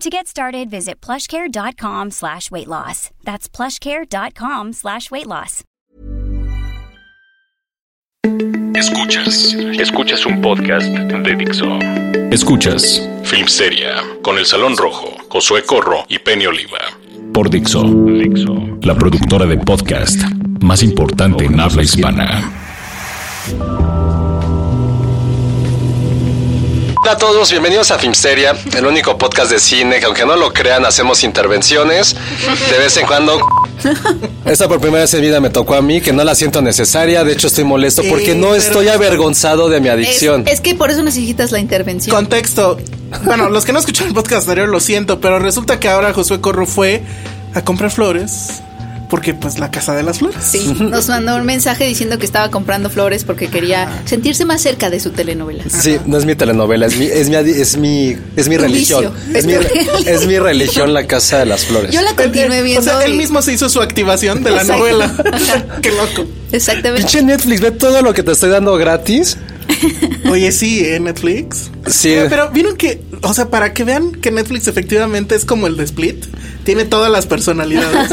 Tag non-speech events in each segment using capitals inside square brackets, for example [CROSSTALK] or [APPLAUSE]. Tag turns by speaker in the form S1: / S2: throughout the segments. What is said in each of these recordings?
S1: To get started, visit plushcare.com slash weight loss. That's plushcare.com slash weight loss.
S2: Escuchas, escuchas un podcast de Dixo. Escuchas Film Seria con El Salón Rojo, Josué Corro y Penny Oliva. Por Dixo, la productora de podcast más importante en habla hispana.
S3: Hola a todos, bienvenidos a Filmsteria, el único podcast de cine que aunque no lo crean hacemos intervenciones de vez en cuando. [LAUGHS] Esta por primera vez en vida me tocó a mí, que no la siento necesaria, de hecho estoy molesto porque no estoy avergonzado de mi
S4: Es,
S3: adicción.
S4: es que por eso necesitas la intervención.
S5: Contexto. Bueno, los que no escucharon el podcast anterior lo siento, pero resulta que ahora Josué Corro fue a comprar flores porque pues la casa de las flores.
S4: Sí, nos mandó un mensaje diciendo que estaba comprando flores porque quería sentirse más cerca de su telenovela.
S3: Sí, no es mi telenovela, es mi, es mi, adi- es mi, es mi
S4: Tu
S3: religión.
S4: vicio.
S3: Es mi, es mi religión la casa de las flores.
S4: Yo la continué
S5: Él- él-
S4: viendo.
S5: o sea, él
S4: y-
S5: mismo se hizo su activación de la
S4: Exacto. [LAUGHS]
S5: novela.
S4: Ajá.
S5: Qué loco.
S4: Exactamente.
S3: Pinche Netflix, ve todo lo que te estoy dando gratis.
S5: Oye, sí, ¿eh? Netflix.
S3: Sí.
S5: Eh, Pero vieron que, o sea, para que vean que Netflix efectivamente es como el de Split, tiene todas
S4: [LAUGHS]
S5: las personalidades.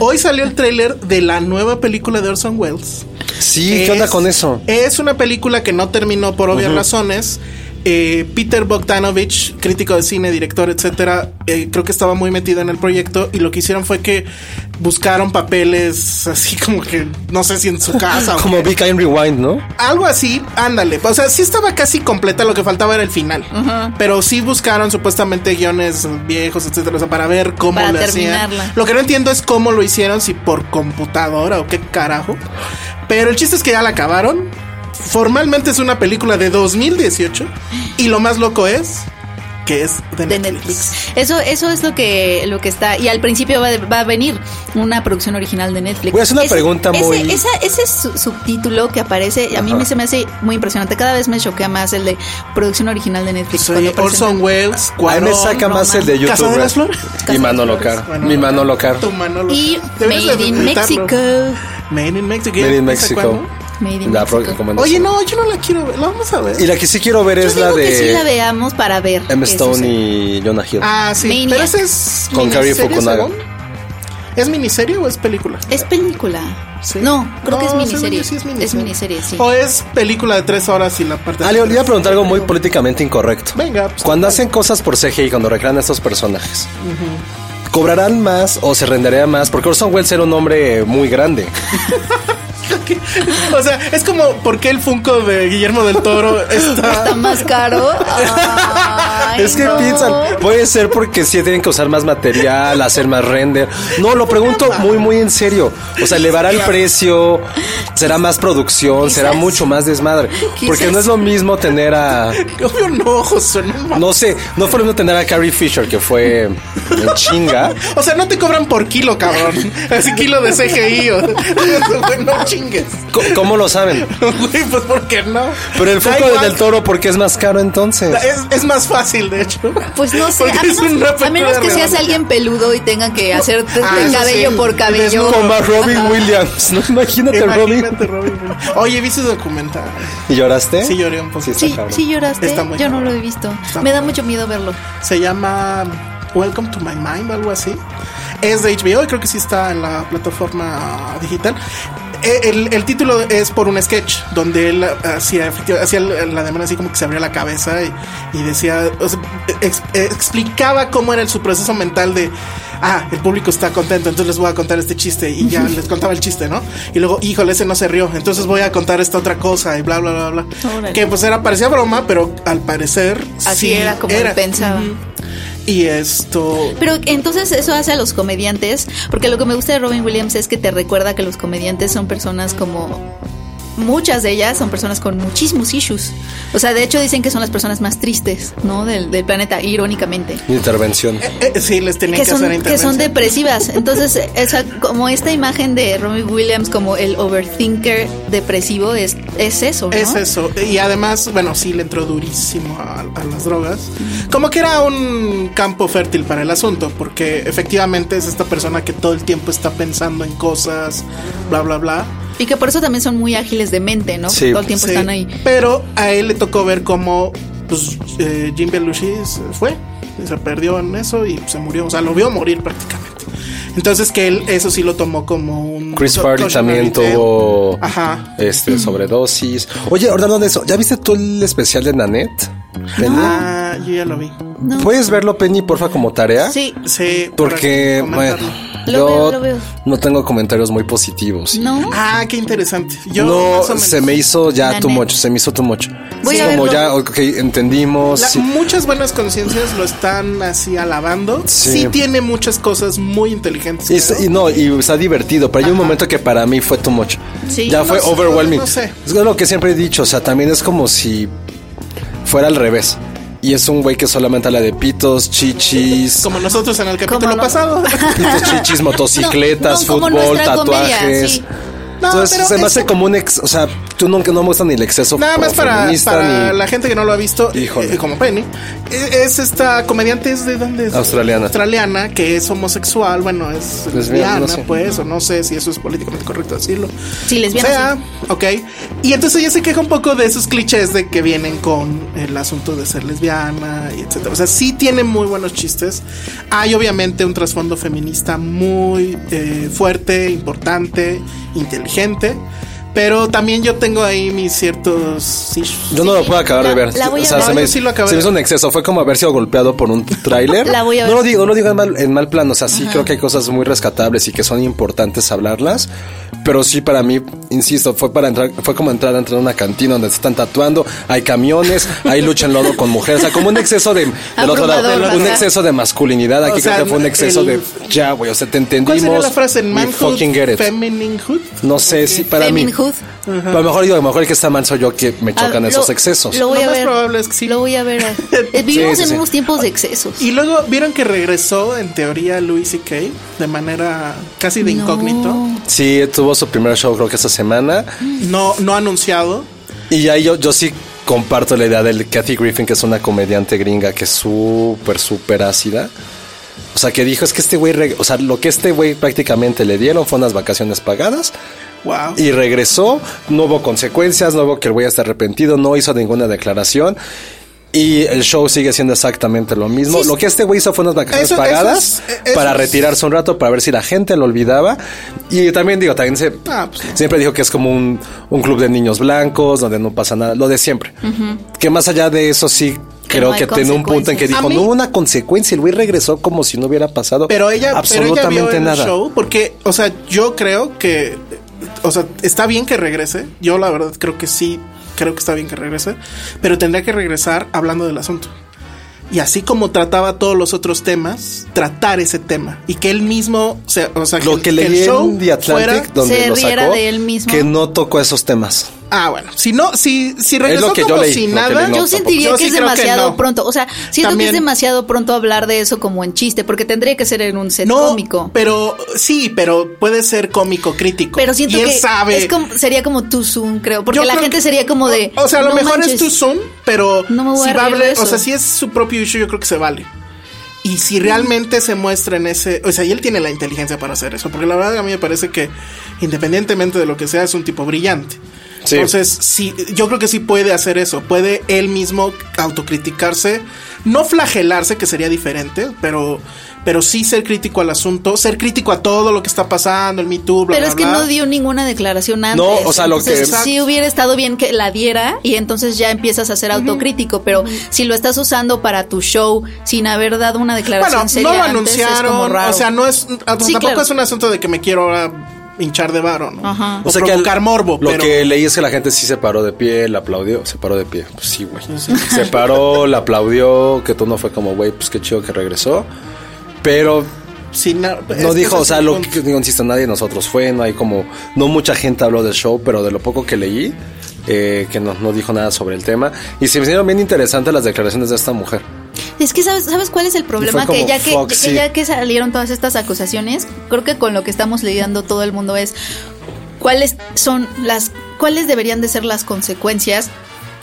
S5: Hoy salió el tráiler de la nueva película de Orson Welles.
S3: Sí, ¿qué onda
S5: Es-
S3: con eso?
S5: eh, Es una película que no terminó por obvias razones. Eh, Peter Bogdanovich, crítico de cine, director, etcétera, eh, creo que estaba muy metido en el proyecto y lo que hicieron fue que buscaron papeles así como que no sé si
S3: [LAUGHS]
S5: en su casa o
S3: Como
S5: qué.
S3: Big Kind Rewind, ¿no?
S5: algo así. Ándale, o sea, sí estaba casi completa, lo que faltaba era el final, pero sí buscaron supuestamente guiones viejos, etcétera, o sea, para ver cómo
S4: Para
S5: le hacían.
S4: terminarla.
S5: Lo que no entiendo es cómo lo hicieron, si por computadora o qué carajo. Pero el chiste es que ya la acabaron. Formalmente es una película de 2018. Y lo más loco es que es de Netflix.
S4: De Netflix. Eso, eso es lo que, lo que está. Y al principio va, va a venir una producción original de Netflix.
S3: Voy a hacer una
S4: Ese-
S3: pregunta
S4: ese-
S3: muy-
S4: esa- ese su- subtítulo que aparece, a mí me se me hace muy impresionante. Cada vez me choquea más el de producción original de Netflix.
S5: Sí,
S4: cuando presentan-
S5: Orson Welles,
S3: A mí
S5: Cuarón,
S3: me saca más
S4: Roma.
S3: el de YouTube.
S5: Casa de las Flores.
S3: Mi mano local. Mi mano local.
S5: Tu mano local.
S4: Y
S5: Deberías
S4: Made
S5: de
S4: in
S5: imitarlo.
S4: Mexico.
S5: Made in Mexico.
S3: Made in
S5: ¿Esa
S3: Mexico.
S5: cuándo?
S4: Made in
S3: La pro-
S4: Mexico.
S3: recomendación.
S5: Oye, no, yo no la quiero ver. La vamos a ver.
S3: Y la que sí quiero ver
S4: Yo
S3: es la
S4: digo
S3: de
S4: que sí la veamos para ver.
S3: M.
S4: qué
S3: Stone
S4: sucede.
S3: y Jonah Hill.
S5: Ah, sí.
S4: Maniac.
S5: Pero esa es.
S3: Con Cary
S5: miniserie,
S3: Fukunaga.
S5: según. ¿Es miniserie o es película?
S4: Es película.
S5: Sí. Oh,
S4: No, creo que es
S5: según
S4: miniserie.
S5: yo sí Oh,
S4: es miniserie. sí.
S5: O es película de tres horas y la parte.
S3: Ah,
S5: de
S3: le
S5: tres.
S3: iba a
S5: [LAUGHS]
S3: preguntar algo muy políticamente incorrecto.
S5: Venga, pues,
S3: cuando hacen cosas por CGI, cuando recrean a estos personajes, ¿cobrarán más o se rendería más? Porque Orson Welles era un hombre muy grande.
S5: O sea, es como por qué el Funko de Guillermo del Toro está.
S4: [LAUGHS]
S5: [LAUGHS]
S4: Está más caro. Ay,
S3: es que
S4: no.
S3: piensan, puede ser porque sí tienen que usar más material, hacer más render. No, lo pregunto muy, muy en serio. O sea, elevará el precio, será más producción, será
S4: Quizás.
S3: mucho más desmadre. Porque
S4: Quizás.
S3: no es lo mismo tener a.
S5: Obvio Oh, no, José, no mames.
S3: No sé, no fue lo mismo tener a Carrie Fisher, que fue en chinga.
S5: O sea, no te cobran por kilo, cabrón.
S3: [LAUGHS]
S5: Así kilo de CGI. O... [LAUGHS] Güey, no chingues.
S3: Co- ¿Cómo lo saben?
S5: Güey, pues ¿por qué no?
S3: Pero el
S5: Da
S3: foco
S5: igual.
S3: del toro, porque es más caro entonces?
S5: Es, es más fácil, de hecho.
S4: Pues no sé,
S5: Porque
S4: a
S5: es una
S4: menos, a menos
S5: película
S4: que seas
S5: redonda.
S4: alguien peludo y tengan que hacer de
S5: Ah, eso
S4: cabello
S5: sí,
S4: por cabello.
S5: desnudo.
S3: Como a Robin Williams, ¿no? Imagínate, Robin.
S5: Imagínate, Robin. Oye, ¿viste ese documental?
S3: ¿Y lloraste?
S5: Sí, lloré un poco.
S3: ¿Eh? Sí, está
S4: Sí,
S3: cabrón.
S4: sí lloraste.
S5: Está muy
S4: Yo no
S5: cabrón.
S4: lo he visto.
S5: Está
S4: Me da
S5: muy
S4: mucho miedo verlo.
S5: Se llama Welcome to My Mind o algo así. Es de HBO y creo que sí está en la plataforma digital. Eh, El, el título es por un sketch donde él hacía, efectiva- hacía la la demanda así como que se abría la cabeza y, y decía, o sea, ex- eh, explicaba cómo era su proceso mental de, ah, el público está contento, entonces les voy a contar este chiste
S4: [LAUGHS]
S5: y ya les contaba el chiste, ¿no? Y luego, híjole, ese no se rió, entonces voy a contar esta otra cosa y bla, bla, bla, bla.
S4: Órale.
S5: Que pues era, parecía broma, pero al parecer
S4: Así
S5: sí
S4: era como él pensaba.
S5: Y esto...
S4: Pero entonces eso hace a los comediantes, porque lo que me gusta de Robin Williams es que te recuerda que los comediantes son personas como... Muchas de ellas son personas con muchísimos issues. O sea, de hecho dicen que son las personas más tristes, ¿no? Del, del planeta, irónicamente.
S3: Intervención.
S5: eh, sí, les tenía que,
S4: Que son, que
S5: hacer
S4: son
S5: intervención. [LAUGHS]
S4: depresivas. Entonces, esa, como esta imagen de Robin Williams como el overthinker depresivo es, es eso, ¿no?
S5: Es eso. Y además, bueno, sí le entró durísimo a, a las drogas. Como que era un campo fértil para el asunto, porque efectivamente es esta persona que todo el tiempo está pensando en cosas, bla, bla, bla.
S4: Y que por eso también son muy ágiles de mente, ¿no?
S3: Sí.
S4: Todo el tiempo
S5: Sí,
S4: Pues están ahí.
S5: Pero a él le tocó ver cómo pues, eh, Jim Belushi se fue, se perdió en eso y se murió. O sea, lo vio morir prácticamente. Entonces que él eso sí lo tomó como un...
S3: Chris Farley
S5: cautionary
S3: también
S5: tale.
S3: tuvo
S5: Ajá.
S3: este sobredosis. Oye, hablando de eso, ¿ya viste tú el especial de Nanette? Penny?
S5: Ah, yo ya lo vi.
S3: ¿Puedes verlo, Penny, porfa, como tarea?
S4: Sí.
S5: Sí. para
S3: Porque, bueno,
S5: comentarlo.
S4: Lo
S3: yo
S4: veo, lo veo.
S3: no tengo comentarios muy positivos.
S4: ¿No?
S5: Ah, qué interesante. Yo más o
S3: no,
S5: menos.
S3: se me hizo ya
S4: Nanette.
S3: tu mocho, se me hizo tu mocho.
S4: Voy
S3: Es
S4: a
S3: como
S4: verlo.
S3: ya, ok, entendimos.
S5: La-
S3: sí.
S5: Muchas buenas conciencias lo están así alabando.
S3: Sí.
S5: Sí, tiene muchas cosas muy inteligentes.
S3: Y,
S5: creo.
S3: y no, y está divertido, pero hay un momento que para mí fue too much.
S4: Sí.
S3: ya
S4: No
S3: fue
S5: sé,
S3: overwhelming.
S5: no sé.
S3: Es lo que siempre he dicho, o sea, también es como si fuera al revés. Y es un güey que solamente habla de pitos, chichis,
S5: Como nosotros en el capítulo
S4: no? [LAUGHS]
S5: pasado.
S3: pitos, chichis, motocicletas,
S4: No, no, como
S3: fútbol,
S4: nuestra comedia,
S3: tatuajes.
S4: sí.
S5: No,
S3: Entonces
S5: pero
S3: se me hace
S5: eso-
S3: como un ex, o sea, tú no, no me gusta ni el exceso.
S5: Nada más para,
S3: feminista,
S5: para
S3: ni-
S5: la gente que no lo ha visto, eh,
S3: Híjole.
S5: eh, como Penny, eh, es esta comediante, ¿es de dónde es?
S3: Australiana.
S5: Australiana, que es homosexual, bueno, es
S3: Lesbiana,
S5: lesbiana,
S3: no sé.
S5: pues, o no sé si eso es políticamente correcto decirlo.
S4: Sí, lesbiana,
S5: O sea, ok. Y entonces ella se queja un poco de esos clichés de que vienen con el asunto de ser lesbiana, y etcétera. O sea, sí tiene muy buenos chistes. Hay obviamente un trasfondo feminista muy eh, fuerte, importante, inteligente. Pero también yo tengo ahí mis ciertos issues.
S3: Yo no lo puedo acabar
S4: la-
S3: de ver.
S4: la voy a
S3: o sea,
S4: ver.
S3: se me,
S5: Yo sí lo acabé
S3: se me
S5: de
S3: hizo un exceso. Fue como haber sido golpeado por un tráiler.
S4: [LAUGHS] La voy a
S3: No
S4: ver.
S3: lo digo, no lo digo en mal, en mal plan. O sea, sí creo que hay cosas muy rescatables y que son importantes hablarlas. Pero sí, para mí, insisto, fue para entrar, fue como entrar dentro de una cantina donde se están tatuando, hay camiones, hay lucha en lodo con mujeres. O sea, como un exceso de, del otro lado,
S4: Abrumador,
S3: un
S4: ajá.
S3: exceso de masculinidad. Aquí
S5: O
S3: creo
S5: sea,
S3: que fue un exceso
S5: el-
S3: de ya, güey. O sea, te
S5: ¿Cuál
S3: entendimos.
S5: sería la frase?
S3: we
S5: ¿Manhood?
S3: fucking get it.
S5: ¿Femininhood?
S3: No sé si para mí.
S4: Feminhood.
S3: A lo mejor digo, a lo mejor el que está mal soy yo que me
S4: Ah,
S3: chocan
S4: lo-
S3: esos excesos.
S4: Lo voy
S5: Lo
S4: a
S5: más
S4: ver.
S5: probable es que sí.
S4: Lo voy a
S5: [LAUGHS]
S4: ver. Eh, Vivimos
S3: sí,
S4: en
S3: sí.
S4: unos tiempos de excesos.
S5: Y luego vieron que regresó, en teoría, Louis C.K. de manera casi de incógnito.
S3: Sí, tuvo su primer show creo que esta semana.
S5: No, no anunciado.
S3: Y ahí yo, yo sí comparto la idea del Kathy Griffin, que es una comediante gringa que es súper, súper ácida. O sea, que dijo, es que este güey, reg- o sea, lo que este güey prácticamente le dieron fue unas vacaciones pagadas
S5: Wow.
S3: y regresó, no hubo consecuencias, no hubo que el güey esté arrepentido, no hizo ninguna declaración. Y el show sigue siendo exactamente lo mismo.
S4: Sí, sí.
S3: lo que este güey hizo fue unas vacaciones
S5: Eso- eso
S3: pagadas
S5: es- eh, eso
S3: para
S5: es-
S3: retirarse un rato, para ver si la gente lo olvidaba. Y también digo, también se,
S5: Ah, pues no.
S3: siempre dijo que es como un, un club de niños blancos, donde no pasa nada, lo de siempre. Que más allá de eso sí...
S4: Que
S3: Creo
S4: no hay
S3: que tiene un punto en que
S4: consecuencias.
S3: dijo,
S5: A mí-
S3: no hubo una consecuencia, el güey regresó como si no hubiera pasado
S5: Pero ella, pero
S3: absolutamente
S5: ella vio el
S3: nada.
S5: show porque, o sea, yo creo que, o sea, está bien que regrese. Yo la verdad creo que sí, creo que está bien que regrese, pero tendría que regresar hablando del asunto. Y así como trataba todos los otros temas, tratar ese tema y que él mismo, se- o sea,
S3: Lo que
S5: el- el
S3: leí
S5: show
S3: en The Atlantic,
S5: fuera-
S3: donde
S4: Se
S3: lo
S4: riera
S3: sacó,
S4: de él mismo.
S3: que no tocó esos temas.
S5: Ah, bueno, si no, si, si regresó
S3: que yo
S5: como
S3: leí,
S5: si
S3: lo que
S5: nada,
S3: leí, no,
S4: yo
S3: tampoco.
S4: sentiría
S5: Yo
S4: que
S5: sí
S4: es
S5: creo que
S4: demasiado
S5: no.
S4: pronto. O sea, siento
S5: También-
S4: que es demasiado pronto hablar de eso como en chiste, porque tendría que ser en un set
S5: no,
S4: cómico.
S5: pero sí, pero puede ser cómico crítico.
S4: Pero siento
S5: y él
S4: que
S5: sabe.
S4: es como- sería como tu Zoom, creo. Porque
S5: Yo
S4: la
S5: creo
S4: gente
S5: que-
S4: sería como de.
S5: O sea, a lo
S4: "No
S5: mejor
S4: manches".
S5: es tu Zoom, pero
S4: No me voy a
S5: si va a
S4: reír de
S5: hablar-
S4: eso.
S5: o sea, si es su propio issue, yo creo que se vale. Y si realmente se muestra en ese, o sea, y él tiene la inteligencia para hacer eso, porque la verdad a mí me parece que independientemente de lo que sea es un tipo brillante.
S3: Sí.
S5: Entonces, sí, yo creo que sí puede hacer eso, puede él mismo autocriticarse, no flagelarse que sería diferente, pero pero sí ser crítico al asunto, ser crítico a todo lo que está pasando, el Me Too, bla,
S4: Pero
S5: bla,
S4: es que
S5: bla.
S4: no dio ninguna declaración antes.
S3: No, o sea, lo
S4: Entonces,
S3: que-
S4: Sí hubiera estado bien que la diera y entonces ya empiezas a ser autocrítico, pero si lo estás usando para tu show sin haber dado una declaración
S5: Bueno,
S4: seria
S5: no lo
S4: antes, es como
S5: anunciaron,
S4: raro.
S5: o sea, no es, o sea,
S4: Sí,
S5: tampoco
S4: claro.
S5: es un asunto de que me quiero ahora hinchar de varo, ¿no?
S4: Ajá.
S5: O, provocar
S3: al-
S5: morbo,
S3: Lo
S5: pero
S3: que leí es que la gente sí se paró de pie, la aplaudió, se paró de pie. Pues sí, güey. Se paró, la aplaudió, que tú no fue como, güey, pues qué chido que regresó. Pero
S5: sin na- es que
S3: no dijo,
S5: ese
S3: o sea,
S5: es el
S3: lo
S5: punto.
S3: que digo, insisto, nadie de nosotros fue, no hay como, no mucha gente habló del show, pero de lo poco que leí, eh, que no, no dijo nada sobre el tema. Y se me hicieron bien interesantes las declaraciones de esta mujer.
S4: Es que sabes, ¿sabes cuál es el problema?
S3: como,
S4: Que ya que,
S3: "Fuck,
S4: que
S3: sí".
S4: ya que salieron todas estas acusaciones, creo que con lo que estamos lidiando todo el mundo es cuáles son las, cuáles deberían de ser las consecuencias.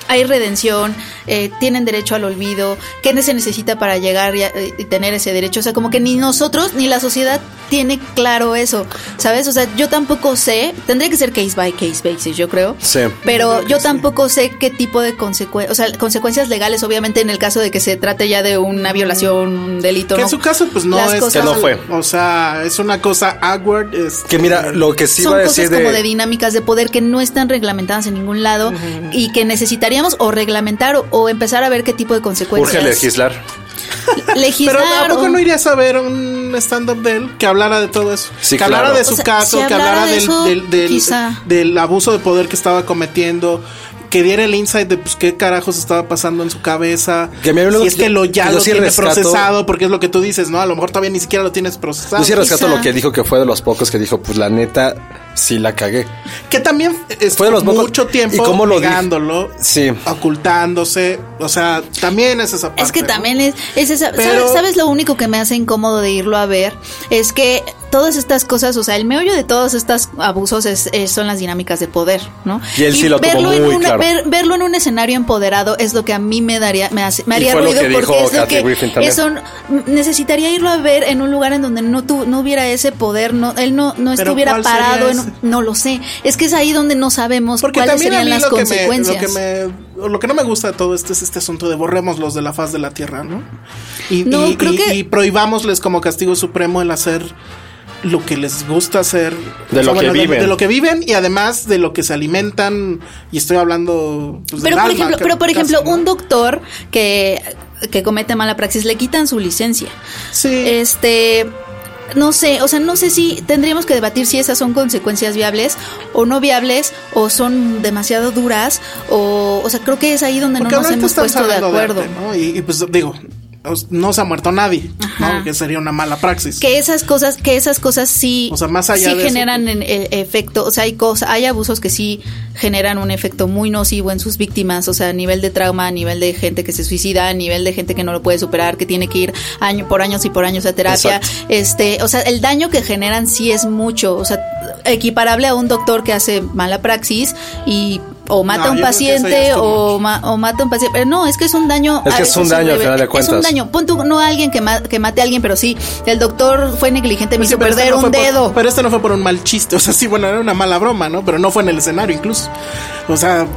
S4: Hay redención, eh, tienen derecho al olvido, qué se necesita para llegar y, a- y tener ese derecho. O sea, como que ni nosotros ni la sociedad tiene claro eso, ¿sabes? O sea, yo tampoco sé, tendría que ser case by case basis, yo creo.
S3: Sí.
S4: Pero yo tampoco sé qué tipo de consecuencias, o sea, consecuencias legales, obviamente, en el caso de que se trate ya de una violación, un delito.
S5: Que
S4: ¿no?
S5: en su caso, pues no
S4: Las
S5: es.
S4: cosas-
S3: Que no fue.
S5: O sea, es una cosa awkward. este, es-
S3: Que mira, lo que sí
S4: son
S3: iba a
S4: cosas
S3: decir
S4: como de dinámicas de poder que no están reglamentadas en ningún lado y que necesitaríamos o reglamentar o, o empezar a ver qué tipo de
S3: urge
S4: consecuencias.
S3: legislar.
S4: legislar.
S5: Pero ¿a poco
S4: o-
S5: no irías a ver un stand-up de él que hablara de todo eso?
S3: Sí,
S5: que hablara
S3: claro.
S5: de su
S4: O sea,
S5: caso,
S4: si
S5: que
S4: hablara
S5: hablara
S4: de
S5: del,
S4: eso,
S5: del, del-
S4: quizá.
S5: del abuso de poder que estaba cometiendo, que diera el insight de pues qué carajos estaba pasando en su cabeza.
S3: Que a mí lo-
S5: si es que lo ya
S3: yo
S5: lo
S3: sí
S5: tiene
S3: rescato-
S5: procesado, porque es lo que tú dices, ¿no? A lo mejor todavía ni siquiera lo tienes procesado.
S3: Yo sí rescato
S4: Quizá.
S3: lo que dijo que fue de los pocos que dijo, pues la neta, sí la cagué.
S5: Que también
S3: Fue de
S5: estuvo
S3: los pocos-
S5: mucho tiempo
S3: ¿Y cómo lo dije?
S5: negándolo,
S3: Sí.
S5: ocultándose. O sea, también es esa parte.
S4: Es que
S5: ¿no?
S4: también es, es esa-
S5: Pero-
S4: ¿sabes, sabes lo único que me hace incómodo de irlo a ver? Es que todas estas cosas, o sea, el meollo de todos estos abusos es, es- son las dinámicas de poder, ¿no?
S3: Y él sí lo tuvo
S4: en
S3: muy
S4: una-
S3: claro.
S4: ver- verlo en un escenario empoderado es lo que a mí me daría, me, hace- me
S3: Y
S4: haría
S3: fue lo
S4: ruido
S3: que
S4: porque
S3: dijo
S4: es lo
S3: Kathy
S4: que
S3: Griffin también.
S4: eso n- necesitaría irlo a ver en un lugar en donde no tu- no hubiera ese poder, no, él no, no
S5: Pero
S4: estuviera
S5: ¿cuál sería
S4: parado, en
S5: ese?
S4: un- no lo sé. Es que es ahí donde no sabemos
S5: Porque
S4: cuáles
S5: también a
S4: serían
S5: mí
S4: las
S5: lo que, me, lo,
S4: consecuencias.
S5: que me- lo que no me gusta de todo esto es este asunto de borremos los de la faz de la tierra, ¿no? Y,
S4: No,
S5: y-
S4: creo
S5: y-
S4: que-
S5: y prohibámosles como castigo supremo el hacer lo que les gusta hacer.
S3: De lo que viven.
S5: De, lo que viven y además de lo que se alimentan. Y estoy hablando pues, del
S4: pero por
S5: alma,
S4: ejemplo,
S5: ca-
S4: pero por
S5: casi,
S4: ejemplo,
S5: ¿no?
S4: un doctor que, que comete mala praxis le quitan su licencia.
S5: Sí.
S4: Este no sé, o sea, no sé si tendríamos que debatir si esas son consecuencias viables o no viables o son demasiado duras o o sea, creo que es ahí donde
S5: Porque
S4: no nos
S5: ahorita
S4: hemos
S5: estamos
S4: puesto de
S5: hablando de
S4: acuerdo.
S5: arte, ¿no? y, y, pues digo, os- no se ha muerto nadie,
S4: Ajá.
S5: ¿no? Que sería una mala praxis.
S4: que esas cosas que esas cosas sí
S5: O sea, más allá
S4: sí
S5: de eso. pues.
S4: generan en- e- efecto o sea hay cosas hay abusos que sí generan un efecto muy nocivo en sus víctimas o sea a nivel de trauma a nivel de gente que se suicida a nivel de gente que no lo puede superar que tiene que ir año por años y por años a terapia
S3: Exacto.
S4: este o sea el daño que generan sí es mucho o sea equiparable a un doctor que hace mala praxis y o mata
S5: No,
S4: a un
S5: yo creo que eso ya
S4: paciente
S5: es too
S4: o, ma- o mata a un paciente. Pero no, es que es un daño.
S3: Es que
S4: a
S3: es un
S4: veces
S3: daño, al
S4: irrever-
S3: final de
S4: Es un
S3: cuentas.
S4: daño. Pon tú, no a alguien que, ma- que mate a alguien, pero sí, el doctor fue negligente, me
S5: Sí,
S4: hizo
S5: pero este
S4: perder
S5: no
S4: un
S5: fue por-
S4: dedo.
S5: pero este no fue por un mal chiste. O sea, sí, bueno, era una mala broma, ¿no? Pero no fue en el escenario incluso. O sea,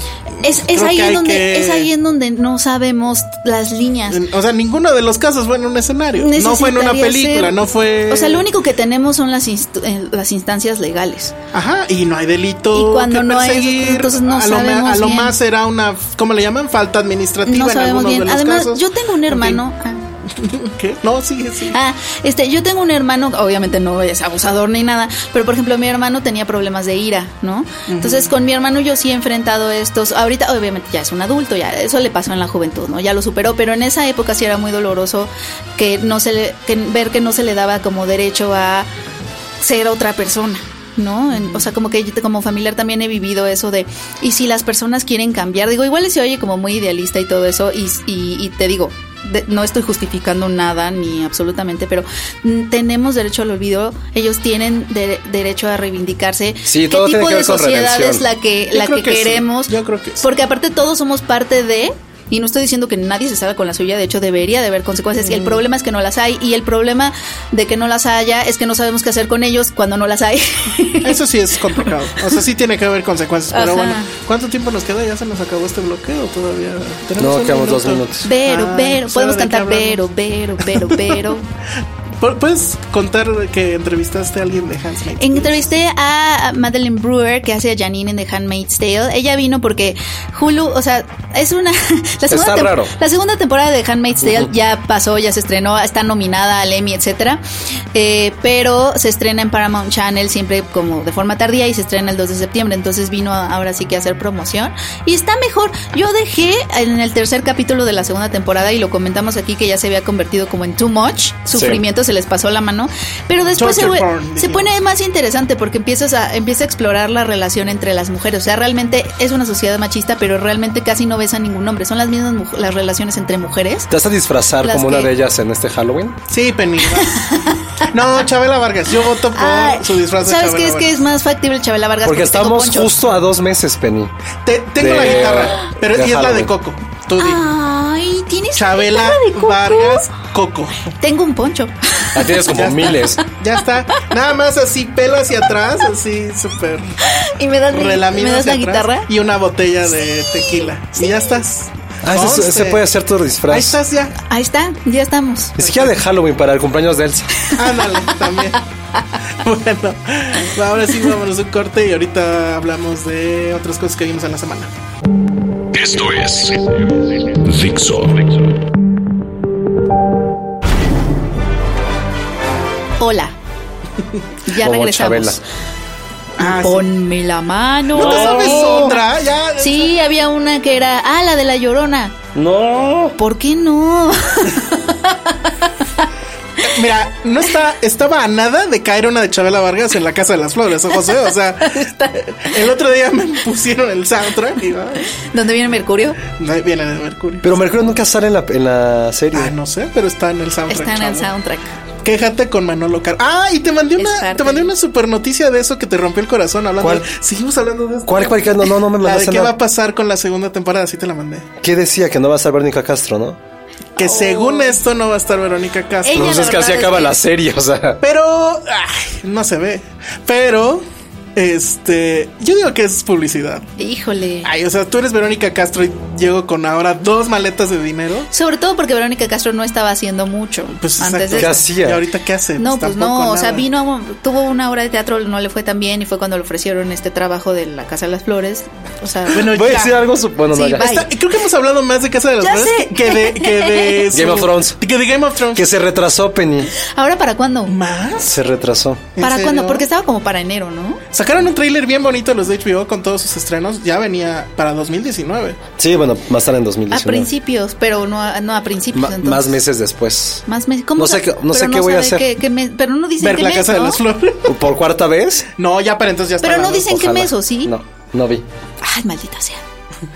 S4: es, es
S5: creo
S4: ahí
S5: que hay
S4: en donde,
S5: que-
S4: es ahí en donde no sabemos las líneas.
S5: en- o sea, ninguno de los casos fue en un escenario. No fue en una
S4: Necesitaría
S5: película,
S4: ser-
S5: no fue.
S4: O sea, lo único que tenemos son las, instu- eh, las instancias legales.
S5: Ajá, y no hay delito.
S4: Y cuando
S5: que
S4: no hay-
S5: perseguir.
S4: entonces no
S5: a lo, ma-
S4: sabemos
S5: a lo
S4: bien.
S5: más era una, ¿cómo le llaman? Falta administrativa.
S4: No
S5: en
S4: sabemos
S5: algunos de
S4: bien.
S5: los
S4: Además,
S5: casos.
S4: yo tengo un
S5: En fin.
S4: hermano. ah.
S5: ¿Qué? No, sigue, sigue.
S4: Ah, este, yo tengo un hermano, obviamente no es abusador ni nada, pero por ejemplo mi hermano tenía problemas de ira, ¿no? Entonces con mi hermano yo sí he enfrentado estos, ahorita obviamente ya es un adulto, ya eso le pasó en la juventud, ¿no? Ya lo superó, pero en esa época sí era muy doloroso que no se le, que ver que no se le daba como derecho a ser otra persona. ¿No? En- o sea, como que yo te- como familiar también he vivido eso de, y si las personas quieren cambiar, digo, igual se oye como muy idealista y todo eso, y, y- y te digo, de- no estoy justificando nada ni absolutamente, pero mm, tenemos derecho al olvido, ellos tienen de- derecho a reivindicarse.
S3: Sí,
S4: ¿Qué
S3: todo tiene
S4: tipo
S3: que
S4: de
S3: ver con
S4: sociedad
S3: redención.
S4: es la que,
S5: Yo
S4: la
S5: creo
S4: que,
S5: que sí,
S4: queremos?
S5: yo creo que sí.
S4: Porque aparte todos somos parte de... Y no estoy diciendo que nadie se salga con la suya, de hecho debería de haber consecuencias.
S5: Mm.
S4: Y el problema es que no las hay. Y el problema de que no las haya es que no sabemos qué hacer con ellos cuando no las hay. [LAUGHS]
S5: Eso sí es complicado. O sea, sí tiene que haber consecuencias. Pero
S4: Ajá.
S5: bueno, ¿cuánto tiempo nos queda? ¿Ya se nos acabó este bloqueo todavía? ¿Tenemos
S3: No,
S5: un
S3: quedamos dos
S5: minuto?
S3: minutos.
S4: Vero,
S5: Ah,
S4: Vero,
S5: pues
S4: podemos
S5: ahora de qué
S4: cantar
S5: hablamos.
S4: Vero, Vero, Vero, Vero.
S5: ¿Pu- ¿Puedes contar que entrevistaste a alguien de Hans Maid's Tale?
S4: Entrevisté a Madeleine Brewer, que hace a Janine en The Handmaid's Tale. Ella vino porque Hulu, o sea, es una. [LAUGHS] La segunda,
S3: Está
S4: tem-
S3: raro.
S4: la segunda temporada de Handmaid's Tale ya pasó, ya se estrenó, está nominada al Emmy, etcétera. Eh, pero se estrena en Paramount Channel siempre como de forma tardía y se estrena el 2 de septiembre. Entonces vino a- ahora sí que a hacer promoción. Y está mejor. Yo dejé en el tercer capítulo de la segunda temporada y lo comentamos aquí que ya se había convertido como en too much. Sufrimiento se les pasó la mano. Pero después se,
S5: Torture
S4: vu-
S5: porn,
S4: se
S5: digamos.
S4: pone es más interesante porque empiezas a, empieza a explorar la relación entre las mujeres. O sea, realmente es una sociedad machista, pero realmente casi no ves a ningún hombre. Son las mismas mu- las relaciones entre mujeres.
S3: ¿Te vas a disfrazar
S4: Las
S3: como una
S4: que-
S3: de ellas en este Halloween?
S5: Sí,
S4: [LAUGHS]
S5: Penny. vas. No, Chabela Vargas. Yo voto por
S4: Ah,
S5: su disfraz de
S4: ¿Sabes qué?
S5: Chabela
S4: Es que es
S5: Vargas.
S4: más factible Chabela Vargas.
S3: Porque
S4: tengo
S3: estamos
S4: poncho.
S3: justo a dos meses, Penny.
S5: Te- tengo la
S3: de-
S5: guitarra, pero
S3: de
S5: y es la de
S3: Halloween.
S5: Coco. Tú di.
S4: Ah, Ay, tienes
S5: Chabela
S4: cara de coco?
S5: Vargas Coco.
S4: Tengo un poncho.
S3: La Ah,
S4: [LAUGHS]
S3: tienes como
S5: Ya está.
S3: miles.
S5: Ya está. Nada más así, pelo hacia atrás, así súper
S4: y me das, mi-
S5: relamido
S4: me das
S5: hacia
S4: la
S5: atrás
S4: guitarra.
S5: Y una botella de tequila. Y ya estás.
S3: Ah, ese,
S5: Conste.
S3: ese puede ser tu
S5: Ahí
S3: disfraz.
S5: estás ya.
S4: Ahí está, ya estamos.
S3: Ni siquiera de Halloween para el cumpleaños de Elsa.
S5: Ándale, también. [LAUGHS] Bueno, ahora sí vámonos un corte y ahorita hablamos de otras cosas que vimos en la semana.
S2: Esto es Dixo.
S4: Hola. Ya
S3: Como
S4: regresamos.
S5: Ah, sí.
S4: Ponme la mano.
S5: ¿No te sabes otra? Ya.
S4: Oh. Sí, había una que era, ah, la de la llorona.
S3: No.
S4: ¿Por qué no?
S5: Mira, no está, estaba a nada de caer una de Chabela Vargas en la Casa de las Flores, ¿o José.
S4: [LAUGHS]
S5: O sea, el otro día me pusieron el soundtrack y va.
S4: [LAUGHS] ¿Dónde viene Mercurio?
S5: No, viene de Mercurio.
S3: Pero Mercurio nunca sale en la, en la serie.
S5: Ah, no sé, pero está en el soundtrack.
S4: Está en el
S5: chavo.
S4: soundtrack.
S5: Quéjate con Manolo Car. Ah, y te mandé
S4: Es
S5: una,
S4: parte.
S5: te mandé una super noticia de eso que te rompió el corazón hablando.
S3: ¿Cuál?
S5: de- Seguimos hablando de eso.
S3: ¿Cuál, cuál, qué? No, no, no me
S5: La de
S3: mandaste
S5: qué va a
S3: nada.
S5: pasar con la segunda temporada, sí te la mandé.
S3: ¿Qué decía? Que no va a estar Verónica Castro, ¿no?
S5: Que según esto no va a estar Verónica Castro.
S4: Oh. Ella-
S3: Pues es que
S4: la
S3: así
S4: verdad es
S3: acaba
S4: que-
S3: la serie, o sea.
S5: Pero ay, no se ve. Pero este, yo digo que es publicidad.
S4: Híjole.
S5: Ay, o sea, tú eres Verónica Castro y llego con ahora dos maletas de dinero.
S4: Sobre todo porque Verónica Castro no estaba haciendo mucho
S5: Pues
S4: antes
S5: exacto.
S4: de
S3: ¿Qué
S4: eso.
S3: hacía?
S5: ¿Y ahorita qué hace?
S4: No, pues no,
S5: tampoco
S4: o sea,
S5: nada.
S4: vino, a- tuvo una obra de teatro, no le fue tan bien y fue cuando le ofrecieron este trabajo de la Casa de las Flores. O sea,
S5: Bueno,
S3: Voy a
S5: ya.
S3: decir algo, supongo.
S4: Sí,
S3: ya.
S4: bye.
S5: Está- creo que hemos hablado más de Casa de las
S4: Ya
S5: Flores
S4: sé.
S5: que, que de, que de
S3: [LAUGHS] Game of Thrones.
S5: Que de Game of Thrones.
S3: Que se retrasó, Penny.
S4: ¿ahora para cuándo?
S5: ¿Más?
S3: Se retrasó.
S5: ¿En
S4: ¿Para
S5: serio?
S4: cuándo? Porque estaba como para enero, ¿no?
S5: Sacaron un tráiler bien bonito los de HBO con todos sus estrenos. Ya venía para 2019.
S3: Sí, bueno, más tarde en
S4: A
S3: 2019.
S4: principios, pero no a, no a principios.
S3: Ma-
S4: entonces.
S3: más meses después.
S4: Más meses. ¿Cómo
S3: No sé
S4: sa-
S3: qué- no sé
S4: pero
S3: qué voy a
S4: sabe
S3: hacer.
S4: qué- qué mes- pero no dicen
S5: Ver
S4: qué
S5: la
S4: mes,
S5: Casa de
S4: ¿no?
S5: las Flores. [LAUGHS]
S3: ¿Por cuarta vez?
S5: No, ya para entonces ya está.
S4: Pero
S5: la
S4: no
S5: dos.
S4: dicen qué mes, ¿o sí?
S3: No, no vi.
S4: Ay, maldita sea.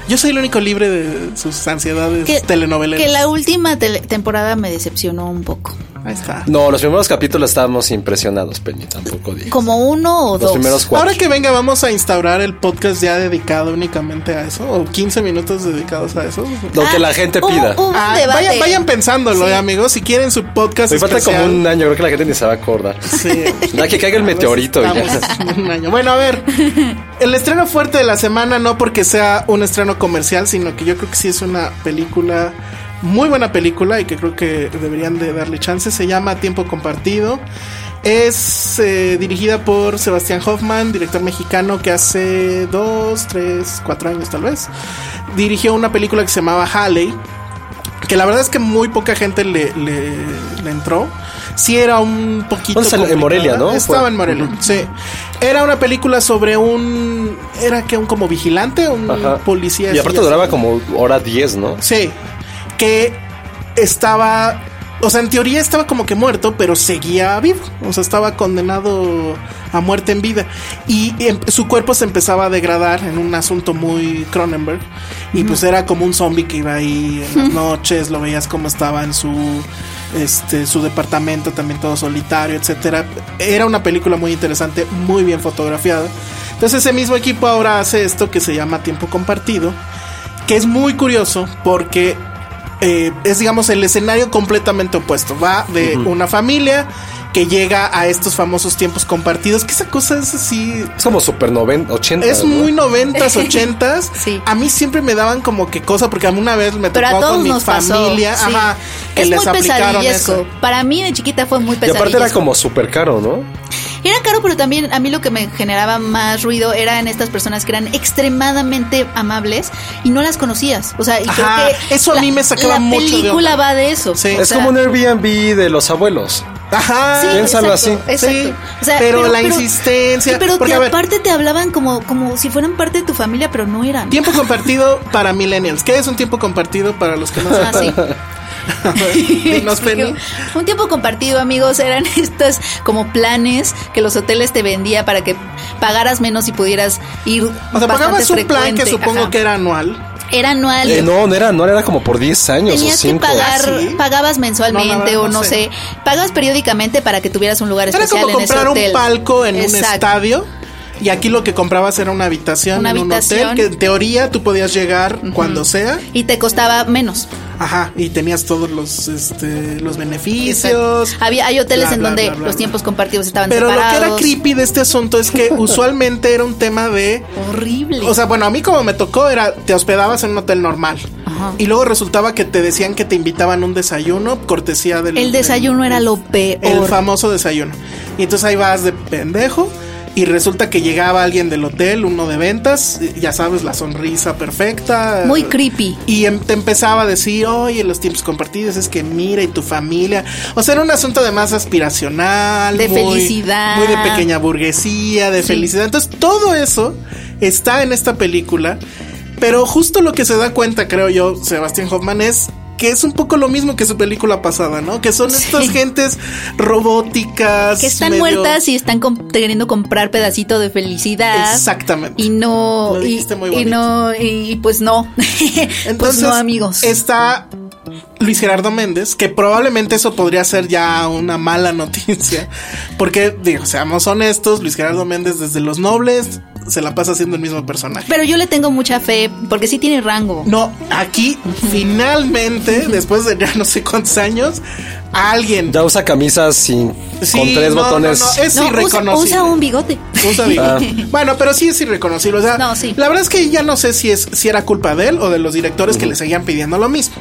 S5: Yo soy el único libre de sus ansiedades
S4: Que,
S5: telenoveleras.
S4: que la última tele- temporada me decepcionó un poco.
S5: Ahí está.
S3: No, los primeros capítulos estábamos impresionados, Penny, tampoco di.
S4: Como uno o
S3: Los
S4: dos.
S3: primeros cuatro.
S5: Ahora que venga, vamos a instaurar el podcast ya dedicado únicamente a eso, o 15 minutos dedicados a eso.
S3: Lo que
S4: Ah,
S3: la gente
S4: hubo-
S3: pida.
S4: hubo un
S5: Ah,
S4: debate.
S5: vayan, vayan pensándolo,
S4: Sí.
S5: eh, amigos. Si quieren su podcast.
S3: Me falta
S5: especial,
S3: como un año, creo que la gente ni se va a acordar.
S4: [LAUGHS]
S5: Sí.
S3: Ya que caiga el meteorito y ya.
S5: Estamos en un año. Bueno, a ver. El estreno fuerte de la semana, no porque sea un estreno comercial, sino que yo creo que sí es una película, muy buena película y que creo que deberían de darle chance. Se llama Tiempo Compartido. Es eh, dirigida por Sebastián Hoffman, director mexicano que hace dos, tres, cuatro años tal vez dirigió una película que se llamaba Halley, que la verdad es que muy poca gente le, le, le entró. Sí era un poquito...
S3: ¿Dónde salió? En
S5: complicada.
S3: Morelia, ¿no?
S5: Estaba
S3: Fue.
S5: en Morelia, sí. Era una película sobre un... Era que un como vigilante, un
S3: Ajá.
S5: policía...
S3: Y
S5: así,
S3: aparte
S5: así.
S3: duraba como hora 10, ¿no?
S5: Sí. Que estaba. O sea, en teoría estaba como que muerto, pero seguía vivo. O sea, estaba condenado a muerte en vida. Y em- su cuerpo se empezaba a degradar en un asunto muy Cronenberg. Y pues era como un zombie que iba ahí en las noches, lo veías como estaba en su este su departamento también todo solitario, etcétera. Era una película muy interesante, muy bien fotografiada. Entonces ese mismo equipo ahora hace esto que se llama Tiempo Compartido, que es muy curioso porque eh, es digamos el escenario completamente opuesto. Va de una familia que llega a estos famosos tiempos compartidos, que esa cosa es así.
S3: Es como super noven, 80.
S5: Es
S3: ¿no?
S4: [LAUGHS]
S5: muy noventas, ochentas.
S4: Sí.
S5: A mí siempre me daban como que cosa, porque a mí una vez me
S4: Pero a
S5: tocó
S4: todos
S5: con mi
S4: nos
S5: familia,
S4: pasó. sí.
S5: ajá, que
S4: es
S5: les
S4: muy
S5: aplicaron
S4: pesadillesco.
S5: eso.
S4: Para mí de chiquita fue muy
S3: Y
S4: pesadillesco.
S3: aparte era como súper caro, ¿no?
S4: Era caro, pero también a mí lo que me generaba más ruido eran estas personas que eran extremadamente amables y no las conocías. O sea, y creo
S5: Ajá,
S4: que
S5: eso a mí me sacaba
S4: la
S5: mucho de
S4: La película va de eso.
S5: Sí.
S4: o
S3: Es
S4: sea,
S3: como un Airbnb de los abuelos.
S5: Ajá.
S4: Sí,
S3: Piénsalo
S4: exacto,
S3: así.
S4: exacto.
S5: Sí, pero la insistencia,
S4: Pero
S5: porque,
S4: te-
S5: a ver-
S4: aparte te hablaban como, como si fueran parte de tu familia, pero no eran.
S5: Tiempo compartido para millennials. ¿Qué es un tiempo compartido para los que no
S4: Ah, sí.
S5: saben? [LAUGHS] Dinos, Penny.
S4: Un tiempo compartido, amigos, eran [LAUGHS] estos como planes que los hoteles te vendía para que pagaras menos y pudieras ir.
S5: O sea,
S4: bastante
S5: pagabas un plan
S4: frecuente.
S5: que supongo
S4: Ajá.
S5: que era anual.
S4: era anual.
S3: Eh, no, no era, no era como por 10 años o
S4: Tenías que
S3: 5.
S4: pagar,
S5: ¿Ah, sí?
S4: pagabas mensualmente
S5: No, la verdad,
S4: o
S5: no
S4: no
S5: sé.
S4: sé. pagabas periódicamente para que tuvieras un lugar
S5: Era
S4: especial
S5: como
S4: en ese
S5: comprar un
S4: hotel.
S5: palco en un
S4: Exacto.
S5: estadio. Y aquí lo que comprabas era una habitación
S4: Una
S5: en un
S4: habitación.
S5: hotel que en teoría tú podías llegar cuando sea.
S4: Y te costaba menos.
S5: Ajá, y tenías todos los este, los
S4: Exacto.
S5: beneficios.
S4: Había, hay hoteles
S5: bla,
S4: en
S5: bla,
S4: donde
S5: bla, bla,
S4: los
S5: bla.
S4: tiempos compartidos estaban
S5: Pero lo que
S4: separados.
S5: era creepy de este asunto
S4: [LAUGHS]
S5: es que usualmente era un tema de
S4: horrible.
S5: O sea, bueno, a mí como me tocó era te hospedabas en un hotel normal.
S4: Ajá.
S5: Y luego resultaba que te decían que te invitaban un desayuno, cortesía del
S4: el desayuno
S5: del-
S4: era lo peor.
S5: el famoso desayuno. Y entonces ahí vas de pendejo y resulta que llegaba alguien del hotel, uno de ventas, y ya sabes, la sonrisa perfecta.
S4: Muy creepy.
S5: Y em- te empezaba a decir, oye, los tiempos compartidos es que mira y tu familia. O sea, era un asunto de más aspiracional.
S4: De
S5: muy-
S4: felicidad.
S5: Muy de pequeña burguesía, de
S4: Sí.
S5: felicidad. Entonces, todo eso está en esta película. Pero justo lo que se da cuenta, creo yo, Sebastián Hoffman es que es un poco lo mismo que su película pasada, ¿no? Que son estas
S4: Sí.
S5: gentes robóticas.
S4: que están
S5: medio-
S4: muertas y están comp- queriendo comprar pedacito de felicidad.
S5: Exactamente.
S4: Y no,
S5: Lo
S4: y,
S5: dijiste muy
S4: y
S5: bonito.
S4: no, y pues no. [LAUGHS] pues
S5: Entonces,
S4: no, amigos.
S5: Está Luis Gerardo Méndez, que probablemente eso podría ser ya una mala [LAUGHS] noticia. Porque, digo, seamos honestos, Luis Gerardo Méndez desde Los Nobles se la pasa haciendo el mismo personaje.
S4: Pero yo le tengo mucha fe porque sí tiene rango.
S5: No, aquí
S4: [LAUGHS]
S5: finalmente, después de ya no sé cuántos años, alguien.
S3: Ya usa camisas sin,
S5: Sí,
S3: con tres
S5: no, no,
S3: botones. Ah.
S5: no, es
S4: No, usa-
S5: irreconocible.
S4: Usa, un bigote. [LAUGHS]
S5: Usa bigote. Bueno, pero sí es irreconocible. O sea,
S4: No, sí.
S5: la verdad es que ya no sé si es si era culpa de él o de los directores que le seguían pidiendo lo mismo.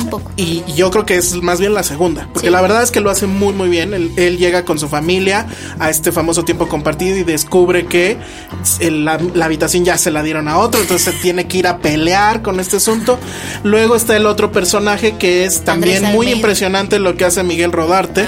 S4: Un poco.
S5: Y yo creo que es más bien la segunda, porque
S4: Sí.
S5: la verdad es que lo hace muy muy bien. Él, él llega con su familia a este famoso tiempo compartido y descubre que el- la, la habitación ya se la dieron a otro, entonces se tiene que ir a pelear con este asunto. Luego está el otro personaje que es también
S4: Andrés
S5: muy
S4: Almeida. Ah.
S5: impresionante lo que hace Miguel Rodarte,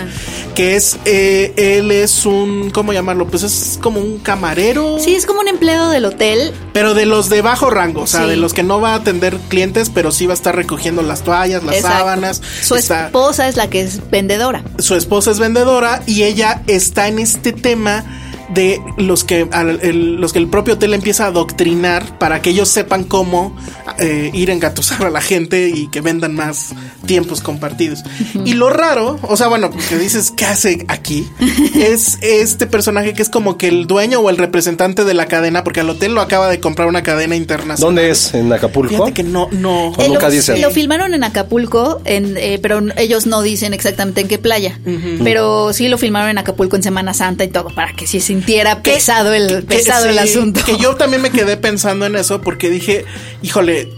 S5: que es eh, él es un cómo llamarlo, pues es como un camarero.
S4: Sí, es como un empleado del hotel.
S5: Pero de los de bajo rango, o sea,
S4: Sí.
S5: de los que no va a atender clientes, pero sí va a estar recogiendo las toallas, las
S4: Exacto.
S5: sábanas.
S4: Su
S5: está-
S4: esposa es la que es vendedora.
S5: su esposa es vendedora y ella está en este tema de los que al- el, los que el propio hotel empieza a adoctrinar para que ellos sepan cómo eh, ir a engatusar a la gente y que vendan más tiempos compartidos. Y lo raro, o sea, bueno, que dices, ¿qué hace aquí? es este personaje que es como que el dueño o el representante de la cadena, porque al hotel lo acaba de comprar una cadena internacional.
S3: ¿Dónde es? ¿En Acapulco?
S5: Fíjate que no, no.
S3: O Pues nunca
S4: Eh, lo,
S3: dicen.
S4: lo filmaron en Acapulco, en, eh, pero n- ellos no dicen exactamente en qué playa. Pero sí lo filmaron en Acapulco en Semana Santa y todo, para que se sintiera
S5: Que-
S4: pesado el,
S5: que-
S4: pesado el
S5: sí,
S4: asunto.
S5: Que yo también me quedé pensando en eso porque dije, híjole,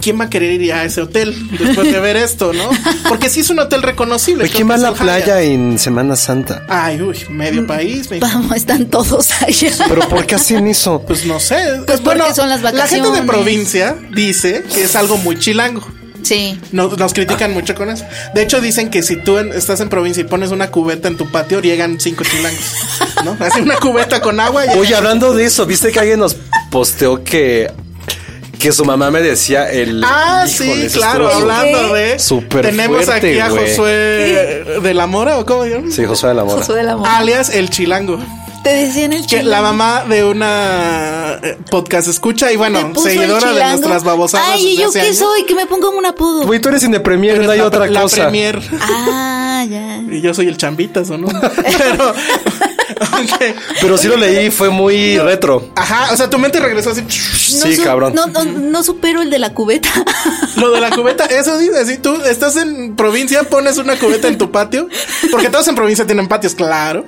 S5: ¿quién va a querer ir a ese hotel después de ver esto, no? Porque sí es un hotel reconocible.
S3: Oye,
S5: creo
S3: ¿Quién
S5: que
S3: va a
S5: es
S3: la
S5: el Hyatt.
S3: playa en Semana Santa?
S5: Ay, uy, medio país. mi-
S4: [LAUGHS] Vamos, están todos allá.
S3: ¿Pero por qué hacen eso?
S5: Pues no sé.
S4: Pues porque son las
S5: La gente de
S4: vacaciones.
S5: provincia dice que es algo muy chilango.
S4: Sí.
S5: Nos, nos critican mucho con eso. De hecho, dicen que si tú en- estás en provincia y pones una cubeta en tu patio, llegan cinco chilangos. ¿No? Hacen una cubeta con agua
S3: [LAUGHS]
S5: y.
S3: Oye, hablando de eso, ¿viste que alguien nos posteó que, que su mamá me decía el...
S5: Ah,
S3: Híjole,
S5: sí,
S3: eso
S5: claro,
S3: estuvo su-
S5: hablando de.
S3: Súper
S5: Tenemos
S3: fuerte,
S5: aquí a
S3: güey.
S5: Josué de la Mora, ¿o cómo dijeron?
S3: Sí, Josué de la Mora.
S4: Josué de la Mora.
S5: Alias el chilango.
S4: Ah, Te decían el
S5: Que
S4: chilango.
S5: la mamá de una eh, podcast escucha y
S4: Te
S5: bueno,
S4: puso el
S5: seguidora de
S4: chilango.
S5: nuestras babosadas.
S4: Ay, ¿y
S5: desde
S4: yo
S5: hace
S4: qué
S5: años.
S4: soy? Que me ponga un apodo.
S3: Güey, tú eres independiente,
S5: Eres
S3: no hay
S5: la-
S3: otra
S5: la
S3: cosa.
S5: premier.
S4: Ah, ya.
S3: [LAUGHS]
S5: Y yo soy el chambitas, ¿o no? Pero [LAUGHS]
S3: Pero sí lo leí, fue muy retro.
S5: Ajá, o sea, tu mente regresó así.
S3: Sí,
S4: su-
S3: cabrón.
S4: No, no, no supero el de la cubeta. [LAUGHS]
S5: Lo de la cubeta, eso dice, si tú estás en provincia, pones una cubeta en tu patio, porque todos en provincia tienen patios, claro.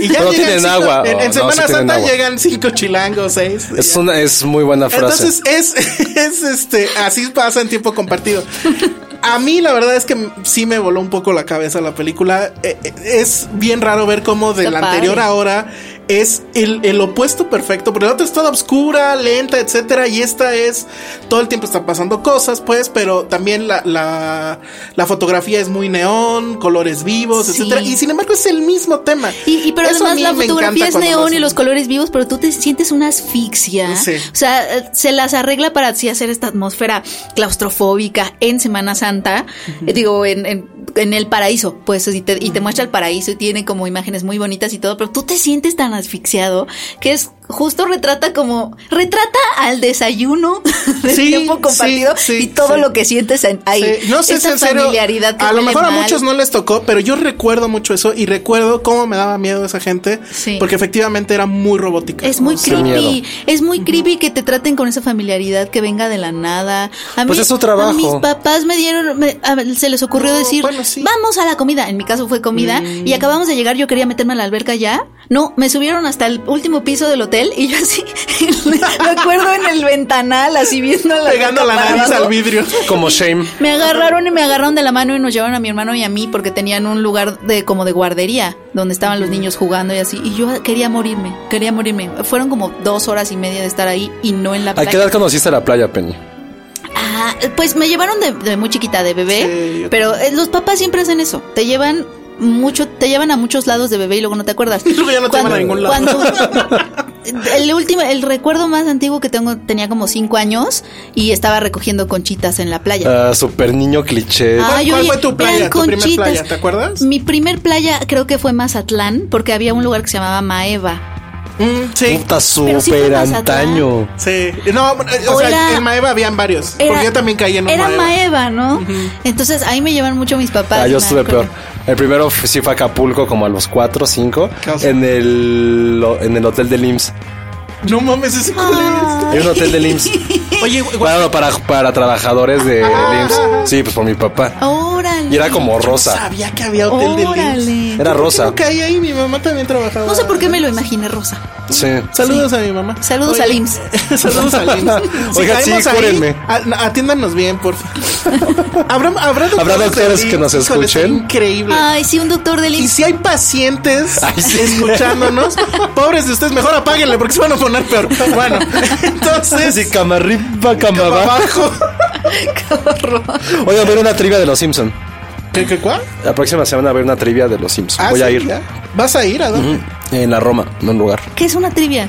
S5: Y ya
S3: Pero
S5: llegan
S3: tienen
S5: cinco-
S3: agua.
S5: En, en
S3: Oh, no,
S5: Semana
S3: sí tienen
S5: Santa
S3: agua.
S5: llegan cinco chilangos, seis.
S3: Es una, es muy buena frase.
S5: Entonces es, [LAUGHS] es este, así pasa en tiempo compartido. A mí la verdad es que sí me voló un poco la cabeza la película. Eh, eh, Es bien raro ver cómo de
S4: Está
S5: la
S4: padre.
S5: anterior a ahora es el, el opuesto perfecto, porque la otra es toda oscura, lenta, etcétera, y esta es todo el tiempo están pasando cosas, pues, pero también la, la, la fotografía es muy neón, colores vivos,
S4: Sí.
S5: etcétera, y sin embargo es el mismo tema.
S4: Y, y pero
S5: Eso a
S4: además
S5: mí
S4: la
S5: me
S4: fotografía
S5: encanta
S4: es
S5: cuando lo
S4: neón y
S5: hacen.
S4: los colores vivos, pero tú te sientes una asfixia.
S5: Sí.
S4: O sea, eh, se las arregla para así hacer esta atmósfera claustrofóbica en Semana Santa. Eh, Digo, en, en- en el paraíso, pues, y te, y te muestra el paraíso y tiene como imágenes muy bonitas y todo, pero tú te sientes tan asfixiado que es justo retrata como, retrata al desayuno [LAUGHS] del
S5: Sí,
S4: tiempo compartido
S5: sí, sí,
S4: y todo
S5: sí.
S4: lo que sientes en- ahí.
S5: Sí, No sé si
S4: Esta
S5: en serio,
S4: familiaridad que
S5: a lo
S4: huele
S5: mejor a
S4: mal.
S5: muchos no les tocó, pero yo recuerdo mucho eso y recuerdo cómo me daba miedo esa gente,
S4: Sí.
S5: porque efectivamente era muy robótica.
S4: Es muy
S5: O sea,
S4: creepy,
S3: miedo.
S4: es muy creepy que te traten con esa familiaridad que venga de la nada. A
S3: Pues es su trabajo.
S4: a mis papás me dieron, me- a ver, se les ocurrió
S5: No,
S4: decir,
S5: bueno, sí. Mm.
S4: vamos a la comida. En mi caso fue comida y acabamos de llegar, yo quería meterme a la alberca ya. No, me subieron hasta el último piso del hotel y yo así, [LAUGHS] me acuerdo en el ventanal, así viendo la
S5: Pegando la
S4: alberca para
S5: nariz
S4: abajo.
S5: al vidrio.
S3: Como shame.
S4: Me agarraron y me agarraron de la mano y nos llevaron a mi hermano y a mí porque tenían un lugar de como de guardería donde estaban los niños jugando y así. Y yo quería morirme, quería morirme. Fueron como dos horas y media de estar ahí y no en la
S3: ¿A
S4: playa.
S3: qué edad conociste la playa, Penny?
S4: Ah, pues me llevaron de, de muy chiquita, de bebé.
S5: Sí, yo
S4: pero eh, los papás siempre hacen eso. Te llevan mucho, te llevan a muchos lados de bebé y luego no te
S5: [LAUGHS]
S4: acuerdas.
S5: Y luego ya no te llevan a ningún lado. [LAUGHS]
S4: cuando- el último, el recuerdo más antiguo que tengo, tenía como cinco años y estaba recogiendo conchitas en la playa.
S3: Ah, super niño cliché.
S4: Ah,
S5: ¿Cuál-
S4: yo
S5: cuál
S4: oye,
S5: fue tu playa,
S4: eran
S5: tu primer
S4: conchitas.
S5: playa, te acuerdas?
S4: Mi primer playa creo que fue Mazatlán, porque había un lugar que se llamaba Maeva.
S5: Mm, sí.
S3: Puta,
S4: Pero sí fue
S3: super
S4: Mazatlán.
S3: antaño.
S5: Sí. No, eh, o
S4: O
S5: sea,
S4: era-
S5: en Maeva habían varios.
S4: Era-
S5: porque yo también caí en un
S4: Era
S5: Maeva.
S4: Maeva, ¿no? Entonces ahí me llevan mucho mis papás.
S3: Ah, yo
S4: me
S3: estuve
S4: acuerdo.
S3: peor. El primero f- sí fue a Acapulco como a los 4 o 5
S5: Caos.
S3: en el, lo- en el hotel del IMSS.
S5: No mames, ese cuál
S4: Ah.
S3: Hay un hotel del IMSS.
S5: es. Oye, güey,
S3: Bueno, para, para trabajadores de IMSS. Sí, pues por mi papá.
S4: Órale.
S3: Y era como rosa.
S5: este. sabía que había hotel del
S4: Órale.
S5: Ips.
S3: Era
S5: ¿Por qué
S3: rosa.
S5: No caí ahí, mi mamá también trabajaba.
S4: No sé por qué me lo imaginé rosa.
S3: Sí.
S5: Saludos a mi mamá.
S4: Saludos
S5: Oye, eh,
S4: al IMSS.
S5: [LAUGHS] Saludos al IMSS. Si
S3: Oigan, sí,
S5: caemos ahí,
S3: cúrenme.
S5: a- atiéndanos bien, por favor. [LAUGHS] ¿Habrá, habrá doctores,
S3: ¿Habrá doctores
S5: del
S3: que nos
S5: IMSS? Híjole, está
S3: escuchen?
S5: Increíble.
S4: Ay, sí, un doctor del
S5: Y
S4: IMSS.
S5: si hay pacientes
S3: [LAUGHS] Ay, sí. [LAUGHS]
S5: escuchándonos, pobres de ustedes, mejor apáguenle porque se van a poner peor.
S3: [LAUGHS]
S5: Bueno, entonces,
S3: Sí, cama arriba, cama abajo.
S5: abajo.
S3: [LAUGHS] Oigan, ver una trivia de los Simpson.
S5: ¿Qué, qué, cuál?
S3: La próxima semana va a haber una trivia de los Simpson.
S5: Ah,
S3: Voy a
S5: sí,
S3: ir.
S5: ya. ¿Vas a ir a dónde?
S3: Mm, En la Roma, en un lugar.
S4: ¿Qué es una trivia?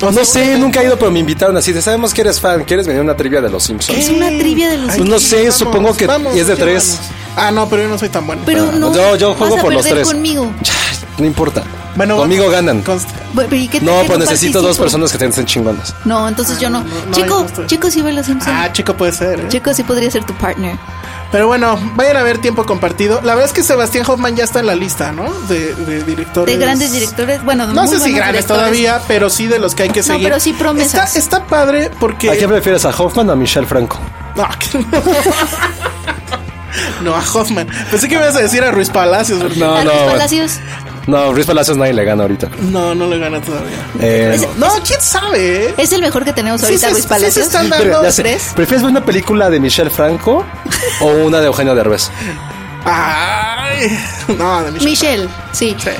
S3: no sé, nunca he ido, pero me invitaron así. de, Sabemos que eres fan, ¿quieres venir a una trivia de los Simpsons?
S4: Es una trivia de los
S3: Pues no sé,
S5: Vamos,
S3: supongo que
S5: vamos,
S3: es de
S5: sí,
S3: tres.
S5: vamos. Ah, no, pero yo no soy tan bueno.
S4: Pero no.
S3: yo- yo juego
S4: vas a
S3: por los
S4: perder
S3: tres.
S4: conmigo.
S3: No importa. Conmigo
S5: vamos,
S3: ganan.
S5: consta.
S4: Bu- pero ¿y qué tal
S3: No,
S4: que
S3: pues necesito
S4: participo?
S3: dos personas que te estén chingonas.
S4: No, entonces yo no.
S5: Ah, no, no, yo
S4: chico,
S5: no estoy.
S4: chico, sí ve los Simpsons.
S5: Ah, chico, puede ser. ¿eh?
S4: Chico, sí podría ser tu partner.
S5: Pero bueno, vayan a ver tiempo compartido. La verdad es que Sebastián Hoffman ya está en la lista, ¿no? De, de directores.
S4: De grandes directores. Bueno, de
S5: Pues,
S4: muy
S5: No sé si
S4: buenos
S5: grandes
S4: directores.
S5: todavía, pero sí de los que hay que
S4: No,
S5: seguir.
S4: pero sí promesas.
S5: Está, está padre porque.
S3: ¿A quién prefieres, a Hoffman o a Michelle Franco?
S5: No, [LAUGHS] que- no, a Hoffman. Pensé que ibas a decir a Ruiz Palacios. porque-
S3: No, no.
S4: A Luis
S3: bueno.
S4: Palacios.
S3: No, Ruiz Palacios nadie le gana ahorita.
S5: No, no le gana todavía.
S3: Eh,
S4: Es-
S5: No, quién sabe. eh?
S4: Es el mejor que tenemos
S5: Sí,
S4: ahorita,
S5: sí,
S4: Luis
S5: sí,
S4: Palacios.
S5: sí,
S3: [LAUGHS]
S5: están dando-
S3: Pero, ya
S4: ¿Los
S3: sé,
S4: tres?
S3: ¿Prefieres ver una película de Michelle Franco o una de Eugenio Derbez?
S5: Ay, no, de Michelle.
S4: Michelle, sí.
S5: Sí.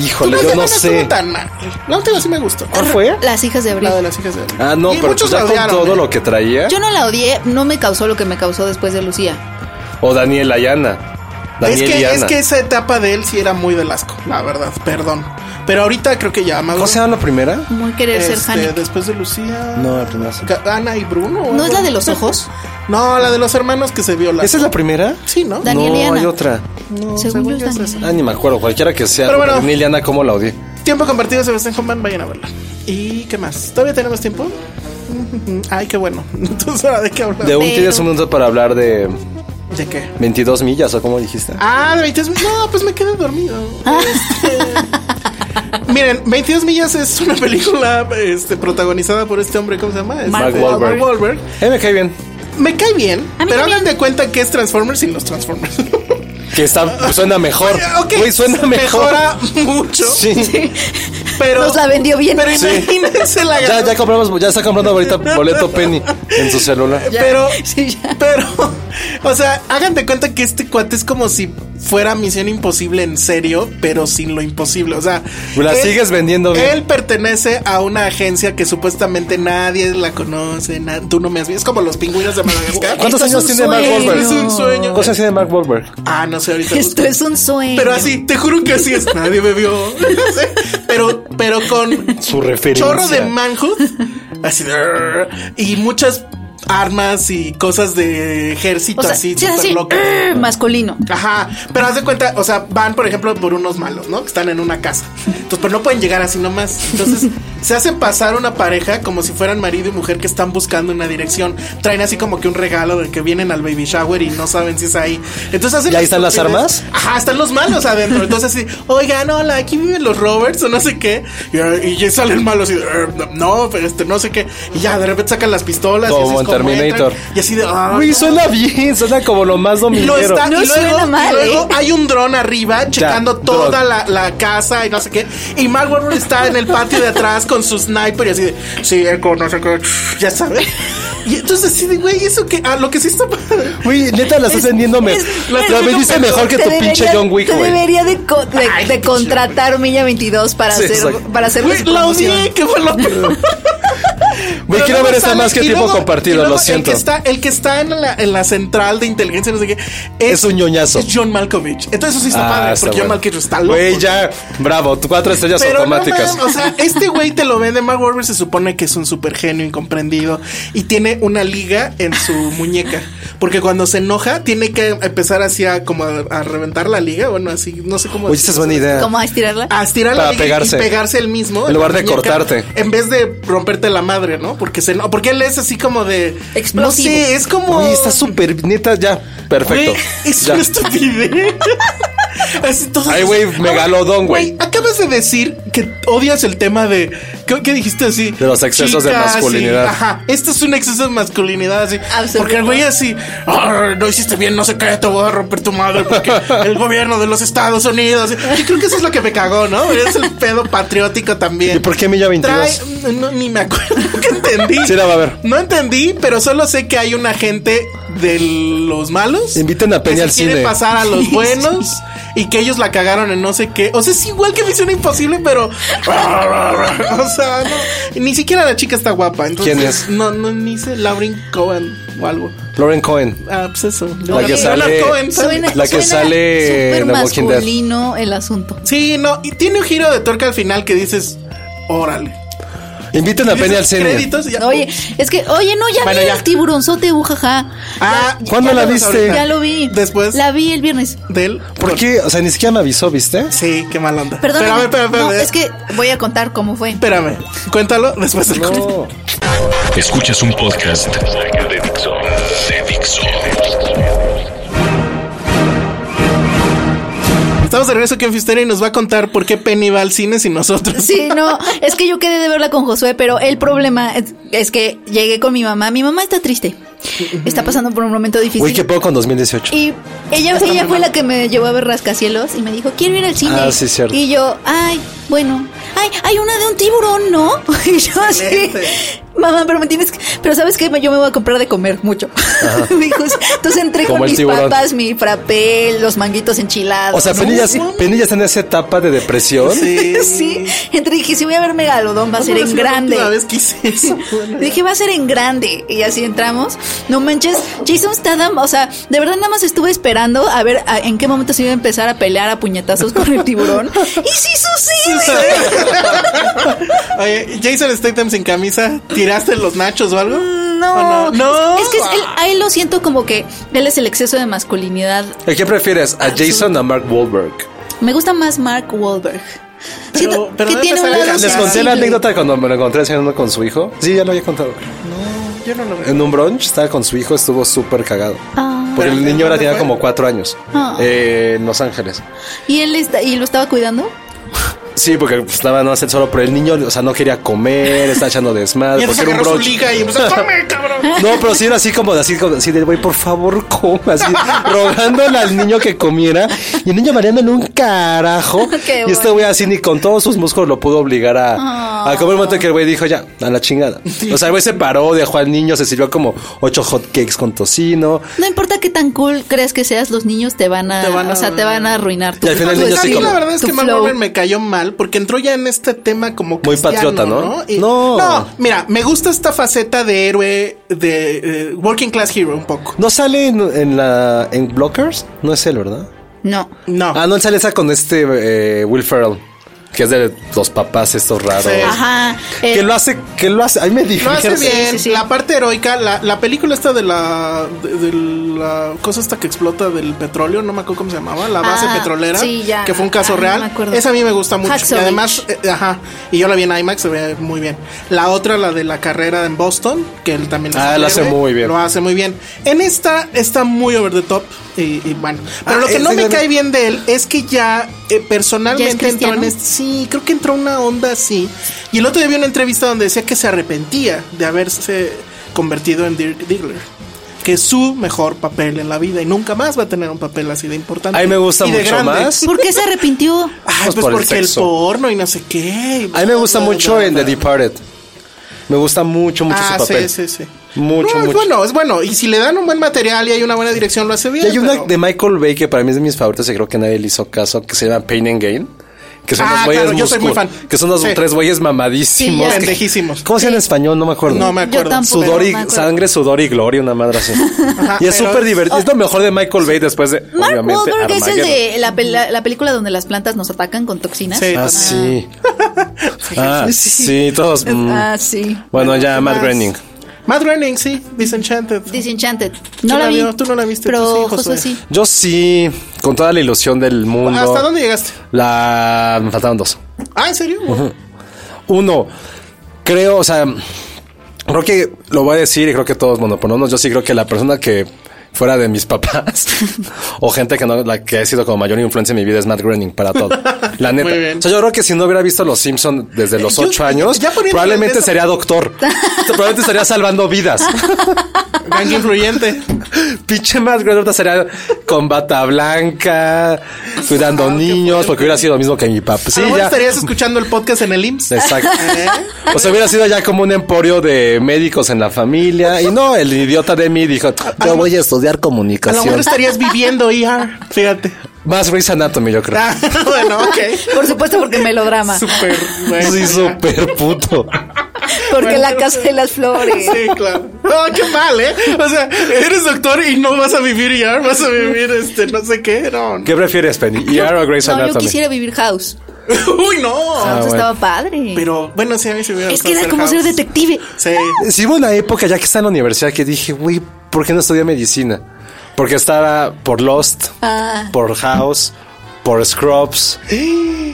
S3: Híjole,
S5: Tú
S3: yo no
S5: estuvo
S3: sé.
S5: tan mal. La última sí me gustó.
S3: ¿Cuál fue?
S4: Las hijas de Abril.
S5: ¿Eh? La de las hijas de Evelyn.
S3: Ah, no,
S5: Y
S3: pero
S5: muchos
S3: ya
S5: la
S3: con
S5: odiaron,
S3: todo
S5: ¿eh?
S3: lo que traía.
S4: Yo no la odié, no me causó lo que me causó después de Lucía.
S3: O Daniel Ayana.
S5: Es
S3: Daniel y
S5: que,
S3: Ana.
S5: es que esa etapa de él sí era muy del asco, la verdad, perdón. Pero ahorita creo que ya más.
S3: ¿Cómo se llama la primera?
S4: Muy querer ser
S5: Este,
S4: Haneke.
S5: después de Lucía.
S3: No, la primera sí.
S5: Ga- Ana y Bruno. o
S4: ¿No es
S5: algo.
S4: la de los ojos?
S5: No, la de los hermanos que se violan.
S3: ¿Esa es la primera?
S5: Sí, ¿no?
S4: Daniel
S3: no,
S4: y Ana.
S3: hay otra.
S5: No,
S4: Según
S5: según
S4: yo
S5: yo
S4: es
S5: es
S4: Daniel.
S3: Ah, ni me acuerdo. Cualquiera que sea.
S5: Pero bueno.
S3: Daniel y Ana, ¿cómo la odié?
S5: esa. Tiempo compartido, Sebastián Hoffman, vayan a verla. ¿Y qué más? ¿Todavía tenemos tiempo? [LAUGHS] Ay, qué bueno. [LAUGHS] Entonces, ¿ahora ¿de qué hablar?
S3: De un
S4: Pero-
S3: tienes un minuto para hablar de
S5: ¿De qué?
S3: 22 millas o como dijiste.
S4: [LAUGHS]
S5: Ah, de 20. No, pues me quedé dormido. Este, Miren, 22 millas es una película este, protagonizada por este hombre, ¿cómo se llama? Este,
S4: Mark
S3: Wahlberg.
S5: Wahlberg.
S3: Eh, me cae bien.
S5: Me cae bien,
S4: A mí
S5: pero
S4: también.
S5: hagan de cuenta que es Transformers sin los Transformers. [LAUGHS]
S3: Que está, pues, suena mejor.
S5: Ok,
S3: Güey, suena mejor.
S5: Mejora mucho,
S3: Sí.
S5: pero...
S4: Nos la vendió bien.
S5: Pero imagínense la
S3: Ya, ya compramos, ya está comprando ahorita boleto Penny en su celular.
S4: Ya.
S5: Pero,
S4: [LAUGHS] Sí, ya.
S5: pero, o sea, hagan de cuenta que este cuate es como si fuera Misión Imposible en serio, pero sin lo imposible. O sea,
S3: La sigues vendiendo bien.
S5: Él pertenece a una agencia que supuestamente nadie la conoce, na- tú no me has visto. Es como los pingüinos de
S4: [LAUGHS]
S5: Madagascar.
S3: ¿Cuántos
S4: Esto es
S3: años
S4: un
S3: tiene Mark
S4: sueño.
S3: Wahlberg?
S5: Es un sueño.
S3: ¿Cuántos años tiene Mark Wahlberg?
S5: Ah, no sé, ahorita.
S4: [LAUGHS] Esto
S5: busco.
S4: es un sueño.
S5: Pero así, te juro que así es. Nadie me vio. [LAUGHS] No sé. Pero, pero con
S3: Su referencia.
S5: chorro de manhood. Así de- Y muchas armas y cosas de ejército
S4: O sea,
S5: así,
S4: sí,
S5: súper
S4: así,
S5: loca.
S4: "Arr", [CLEARS THROAT] masculino.
S5: Ajá, pero haz de cuenta, o sea, van por ejemplo por unos malos, ¿no? Que están en una casa. Entonces, pero no pueden llegar así nomás.
S3: [LAUGHS]
S5: Entonces, se hacen pasar una pareja como si fueran marido y mujer que están buscando una dirección. Traen así como que un regalo de que vienen al baby shower y no saben si es ahí. Entonces hacen
S3: ¿Y ahí están las
S5: estupidez. Ajá, están los malos adentro. Entonces así, oigan, hola, aquí viven los Roberts o no sé qué. Y, eh, Y, ya sale el malo así, "Er, no, pero este, no sé qué. Y ya de repente sacan las pistolas. y
S3: Como
S5: así es
S3: en
S5: entran.
S3: Terminator.
S5: y así de, "Ah,
S3: Güey, suena bien, suena como lo más
S5: lo
S3: dominguero.
S5: está,
S4: No
S5: y luego,
S4: suena mal,
S5: y luego
S4: ¿eh?
S5: hay un dron arriba checando
S3: dron.
S5: toda la, la casa y no sé qué. Y Mark Wahlberg está en el patio de atrás con su sniper y así de, sí, eco, no sé qué, ya sabes. Y entonces así de, güey, eso que, ah, lo que sí está padre.
S3: Güey, neta, la estás vendiendo me.
S4: es-
S3: La
S4: es-
S3: la vendiste
S4: Pero
S3: mejor que
S4: te
S3: tu
S4: debería-
S3: pinche John Wick,
S4: Te
S3: güey.
S4: debería de, co- de- de contratar Milla 22 para
S3: Sí,
S4: hacer
S3: exacto.
S4: para hacer
S5: Güey, la odié, que fue lo peor.
S3: [LAUGHS] Güey,
S5: Pero
S3: quiero
S5: luego
S3: ver esta
S5: sale-
S3: más que
S5: y
S3: tiempo
S5: luego- y
S3: compartido,
S5: luego
S3: lo siento.
S5: El que está, el que está en, la, en la central de inteligencia, no sé qué,
S3: Es un ñoñazo.
S5: Es John Malkovich. Entonces eso sí está
S3: Ah,
S5: padre,
S3: está
S5: porque John
S3: bueno.
S5: Malkovich está loco.
S3: Güey, ya, bravo, tu cuatro estrellas
S5: Pero no
S3: automáticas.
S5: mames, o sea, este güey te lo vende. Mark Wahlberg se supone que es un super genio incomprendido y tiene una liga en su muñeca. Porque cuando se enoja, tiene que empezar así a, como a, a reventar la liga. Bueno, así, no sé cómo.
S3: Oye, esta es buena idea.
S4: ¿Cómo a estirarla?
S5: A estirar
S3: Para
S5: la liga
S3: pegarse.
S5: y pegarse él mismo.
S3: En
S5: la
S3: lugar de
S5: muñeca,
S3: cortarte.
S5: En vez de romperte la madre, ¿no? Porque se eno- Porque él es así como de.
S4: Explosivo.
S5: No sé, es como.
S3: Oye, está súper neta, ya, perfecto.
S5: Güey, [LAUGHS] es
S3: Ya. [LAUGHS]
S5: una estupidez. Así todo-
S3: Ay, güey, megalodón, güey.
S5: Acabas de decir que odias el tema de. ¿Qué, qué dijiste así?
S3: De los excesos de
S5: Chicas,
S3: masculinidad.
S5: y- ajá. Esto es un exceso de masculinidad, así.
S4: Absoluto.
S5: Porque el güey así. "Arr, No hiciste bien, no sé qué, te voy a romper tu
S3: [LAUGHS]
S5: madre. Porque el gobierno de los Estados Unidos. Y creo que eso es lo que me cagó, ¿no? Es el pedo patriótico también.
S3: ¿Y por qué Milla 22?
S5: Trae- no, ni me acuerdo [LAUGHS] que entendí.
S3: Sí, la va a ver.
S5: No entendí, pero solo sé que hay un agente de los malos.
S3: Inviten a Peña
S5: que se
S3: al
S5: quiere
S3: cine. [LAUGHS]
S5: pasar a los buenos y que ellos la cagaron en no sé qué. O sea, es igual que Misión Imposible, pero. [LAUGHS] o sea, no. Ni siquiera la chica está guapa. Entonces,
S3: ¿Quién es?
S5: No, no, ni sé. Lauren Cohen o algo.
S3: Lauren Cohen.
S5: Ah, pues eso.
S3: La que
S5: Leonard
S3: sale-
S5: Cohen, ¿sabes?
S4: Suena-
S3: La que
S4: suena
S3: sale
S4: súper
S3: en The Walking Dead.
S4: masculino el asunto.
S5: Sí, no. Y tiene un giro de tuerca al final que dices. Órale.
S3: Inviten a Penny al
S5: Dices,
S3: cine.
S5: Créditos y [LAUGHS] ya.
S4: Oye, es que, oye, no, ya
S5: Bueno,
S4: vi
S5: ya.
S4: el tiburonzote, bujaja.
S5: Ah,
S3: ¿Cuándo
S5: ya
S3: la
S5: lo-
S3: viste?
S4: Ya lo vi.
S5: Después.
S4: La vi el viernes.
S5: de él.
S3: ¿Por qué? O sea, ni siquiera me avisó, ¿viste?
S5: Sí, qué mala onda.
S4: Perdón.
S5: Espérame, espérame,
S4: No,
S5: espérame.
S4: es que voy a contar cómo fue.
S5: Espérame. Cuéntalo después del corte.
S3: No.
S2: Escuchas un podcast de Dixo. De Dixo.
S5: Estamos de regreso aquí en Fisteria y nos va a contar por qué Penny va al cine sin nosotros. [LAUGHS]
S4: Sí, no, es que yo quedé de verla con Josué, pero el problema es, es que llegué con mi mamá. Mi mamá está triste. Está pasando por un momento difícil.
S3: Güey, qué poco en 2018.
S4: Y ella, ella fue la que me llevó a ver Rascacielos y me dijo, quiero ir al cine.
S3: Ah, sí, cierto.
S4: Y yo, ay, bueno, ay, hay una de un tiburón, ¿no? [LAUGHS] Y yo así,
S5: Excelente.
S4: mamá, pero me tienes que, pero sabes que yo me voy a comprar de comer mucho. [LAUGHS] Me dijo, entonces entré
S3: Como
S4: con
S3: el
S4: mis
S3: tiburón.
S4: papas, mi frappé, los manguitos enchilados.
S3: O sea,
S4: ¿no?
S3: Penny
S4: [LAUGHS]
S3: ya, Penny ya está en esa etapa de depresión.
S4: Sí, entré y dije, si voy a ver Megalodón, va a ser en grande.
S5: La última vez que hice eso.
S4: Dije, va a ser en grande. Y así entramos. No manches, Jason Statham, o sea, de verdad nada más estuve esperando a ver a- en qué momento se iba a empezar a pelear a puñetazos con el
S3: [LAUGHS]
S4: tiburón. ¡Y sí sucede!
S5: Oye, Jason Statham sin camisa, ¿tiraste los nachos o algo?
S4: Mm, No,
S5: ¿O no.
S4: Es que es- él- ahí lo siento como que él es el exceso de masculinidad.
S3: ¿A qué prefieres? ¿A Jason o a Mark Wahlberg?
S4: Me gusta más Mark Wahlberg. Siento
S5: pero
S4: que
S5: no
S4: tiene un
S5: empezaron
S4: lado
S5: a-
S3: Les conté
S4: sensible.
S3: la anécdota cuando me lo encontré haciendo con su hijo. Sí, ya lo había contado.
S5: Yo no lo veo.
S3: En un brunch estaba con su hijo, estuvo súper cagado.
S4: Ah,
S3: Porque
S5: ¿Pero
S3: el niño ahora
S5: dónde
S3: tenía
S5: fue?
S3: como cuatro años.
S4: Ah.
S3: Eh, en Los Ángeles.
S4: ¿Y él está- y lo estaba cuidando?
S3: Sí, porque pues, nada más no hacer solo, pero el niño, o sea, no quería comer, estaba echando
S5: Y
S3: desmadre, Ah,
S5: entonces
S3: porque era un
S5: agarró su
S3: broche.
S5: liga y
S3: [LAUGHS]
S5: empezó "Come, cabrón!
S3: No, pero sí era así como así, como, así del güey, por favor, coma,
S5: [LAUGHS]
S3: así, rogándole al niño que comiera. Y el niño mareándole un
S5: [LAUGHS]
S3: carajo.
S4: Qué
S3: y este güey así ni con todos sus músculos lo pudo obligar a,
S4: Oh.
S5: Ah.
S3: a comer un momento que el güey dijo ya, a la chingada. O sea, el güey se paró, dejó al niño, se sirvió como ocho hot cakes con tocino.
S4: No importa qué tan cool creas que seas, los niños te van a,
S5: Te van a-
S4: o sea, te van a arruinar tu
S3: Y al final el
S4: tu-
S3: niño
S5: Pues a
S3: sí
S5: mí
S3: como-
S5: la verdad es
S4: tu
S5: que Mark
S4: flow.
S5: Wahlberg me cayó mal porque entró ya en este tema como
S3: Muy
S5: cristiano,
S3: patriota, ¿no?
S5: Y-
S3: No.
S5: mira, me gusta esta faceta de héroe de eh, working class hero un poco.
S3: No sale en, en la en Blockers, no es él, ¿verdad?
S4: No.
S5: No.
S3: Ah, no él sale esa con este eh, Will Ferrell, que es de los papás estos raros.
S5: Sí.
S4: Ajá. eh.
S3: Que
S4: el-
S3: lo hace, que lo hace, ahí me
S5: Lo
S3: dijeron.
S5: hace
S4: Sí,
S5: bien,
S4: sí, sí.
S5: la parte heroica, la, la película esta de la, de, de la cosa esta que explota del petróleo, no me acuerdo cómo se llamaba, la base
S4: Ah,
S5: petrolera,
S4: sí, ya.
S5: que fue un caso
S4: Ah, no
S5: real.
S4: me acuerdo.
S5: Esa a mí me gusta mucho.
S4: Hacksaw
S5: y además, eh, ajá, y yo la vi en IMAX, se ve muy bien. La otra, la de la carrera en Boston, que él también es
S3: Ah,
S5: un
S3: la hace
S5: héroe,
S3: muy bien.
S5: Lo hace muy bien. En esta está muy over the top y, y bueno, pero
S3: Ah,
S5: lo que
S4: eh,
S3: es
S5: no
S3: de
S5: me
S3: la-
S5: cae bien de él es que ya eh, personalmente entró en
S4: cristiano?
S5: este Sí, creo que entró una onda así. Y el otro día vi una entrevista donde decía que se arrepentía de haberse convertido en Dirk Diggler. Que es su mejor papel en la vida y nunca más va a tener un papel así de importante.
S3: A mí me gusta
S5: Y de
S3: mucho
S5: grande.
S3: más.
S4: ¿Por qué se arrepintió?
S5: Ay,
S3: Pues
S5: pues
S3: por el
S5: porque el,
S3: sexo.
S5: porno y no sé qué.
S3: A mí me gusta mucho en The Departed. Me gusta mucho, mucho
S5: Ah,
S3: su papel.
S5: sí, sí, sí.
S3: Mucho,
S5: No, es
S3: mucho.
S5: bueno, es bueno. Y si le dan un buen material y hay una buena dirección, lo hace bien.
S3: Y hay una
S5: pero-
S3: de Michael Bay que para mí es de mis favoritas y creo que nadie le hizo caso, que se llama Pain and Gain. Que son
S5: Ah,
S3: los güeyes
S5: claro, yo soy
S3: muscu-
S5: muy fan.
S3: Que son los
S5: Sí.
S3: tres güeyes mamadísimos.
S4: Sí, ya.
S3: que-
S5: Pendejísimos.
S3: ¿Cómo se llama en español? No me acuerdo.
S5: No me
S4: Yo
S5: acuerdo.
S4: tampoco.
S3: Sudor y
S4: no me acuerdo.
S3: sangre, sudor y gloria, una madre así. y es
S4: [LAUGHS]
S5: Ah, pero-
S3: súper divertido. Es lo mejor de Michael Bay después de.
S4: Mark
S3: obviamente,
S4: Wahlberg es el
S3: Armageddon.
S4: de la, pel- la película donde las plantas nos atacan con toxinas.
S5: Sí.
S3: Ah, sí.
S5: [LAUGHS]
S3: Ah,
S4: Sí.
S3: sí, todos. mm.
S4: Ah, sí.
S3: Bueno, ya
S5: ¿Qué
S3: Matt
S5: más?
S3: Groening.
S5: Matt Groening, sí. Disenchanted.
S4: Disenchanted.
S5: Tú
S4: No
S5: la
S4: la vi.
S5: vio- tú no la viste, tus
S4: Pero
S5: hijos,
S4: José
S5: güey.
S4: sí.
S3: Yo sí, con toda la ilusión del mundo.
S5: ¿Hasta dónde llegaste?
S3: La. Me faltaban dos.
S5: Ah, ¿en serio?
S3: Uno, creo, o sea, creo que lo voy a decir y creo que todos monopononos. Yo sí creo que la persona que fuera de mis papás [LAUGHS] o gente que no, la que ha sido como mayor influencia en mi vida es Matt Groening para
S5: [LAUGHS]
S3: todo. La neta.
S5: Muy bien.
S3: O sea, yo creo que si no hubiera visto Los Simpson desde los
S5: Yo-
S3: ocho años,
S5: ya poniéndole
S3: probablemente
S5: de esa-
S3: sería doctor.
S5: [LAUGHS]
S3: probablemente estaría salvando vidas.
S5: Gang influyente.
S3: Pinche Matt Groening ahorita sería con bata blanca, cuidando niños, porque hubiera sido lo mismo que mi papá. Sí,
S5: Ah, a lo mejor
S3: ya.
S5: estarías escuchando el podcast en el IMSS.
S3: Exacto.
S5: ¿Eh?
S3: O sea, hubiera sido ya como un emporio de médicos en la familia. Y no, el idiota de mí dijo, yo voy a estudiar
S5: A lo mejor este-
S3: comunicación.
S5: estarías viviendo ER. Fíjate.
S3: Más Grey's Anatomy, yo creo.
S5: Ah, [LAUGHS] bueno, ok.
S4: [LAUGHS] Por supuesto, porque
S5: [LAUGHS]
S4: melodrama.
S5: Súper bueno.
S3: Sí, súper puto.
S4: Porque la casa de las flores.
S5: Sí, claro. No, qué mal, ¿eh? O sea, eres doctor y no vas a vivir ER, vas a vivir este, no sé qué. No.
S3: ¿Qué prefieres, Penny? ¿ER o Grey's
S4: No, yo
S3: Anatomy?
S4: quisiera vivir House.
S5: [LAUGHS] Uy, no.
S4: House
S3: bueno.
S4: estaba padre.
S5: Ah, Pero bueno, sí, a mí se me hubiera
S4: es que era
S5: gustado
S4: como ser
S5: house.
S4: detective.
S5: Sí.
S3: Sí, hubo una época ya que estaba en la universidad que dije, güey, ¿por qué no estudié medicina? Porque estaba por Lost,
S4: Ah.
S3: por House, por Scrubs,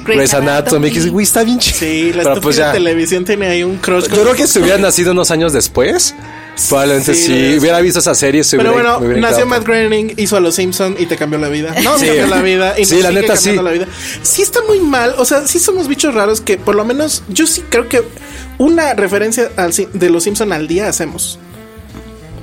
S3: Grey's Anatomy. Que dices, güey, está bien chido. [LAUGHS]
S5: Sí, la
S3: Pero pues
S5: estúpida
S3: ya.
S5: televisión tiene ahí un crush. con-
S3: Yo creo que si hubiera nacido unos años después, probablemente
S5: Sí,
S3: sí,
S5: debe ser.
S3: hubiera visto esa serie. se
S5: Pero
S3: hubiera-
S5: bueno,
S3: me hubiera
S5: nació
S3: encantado.
S5: Matt Groening, hizo a los Simpson y te cambió la vida. No,
S3: Sí.
S5: cambió la vida. Y
S3: Sí,
S5: nos
S3: la
S5: sigue
S3: neta,
S5: cambiando
S3: sí.
S5: la vida. Sí está muy mal, o sea, sí somos bichos raros que por lo menos yo sí creo que una referencia al Sim- de los Simpson al día hacemos.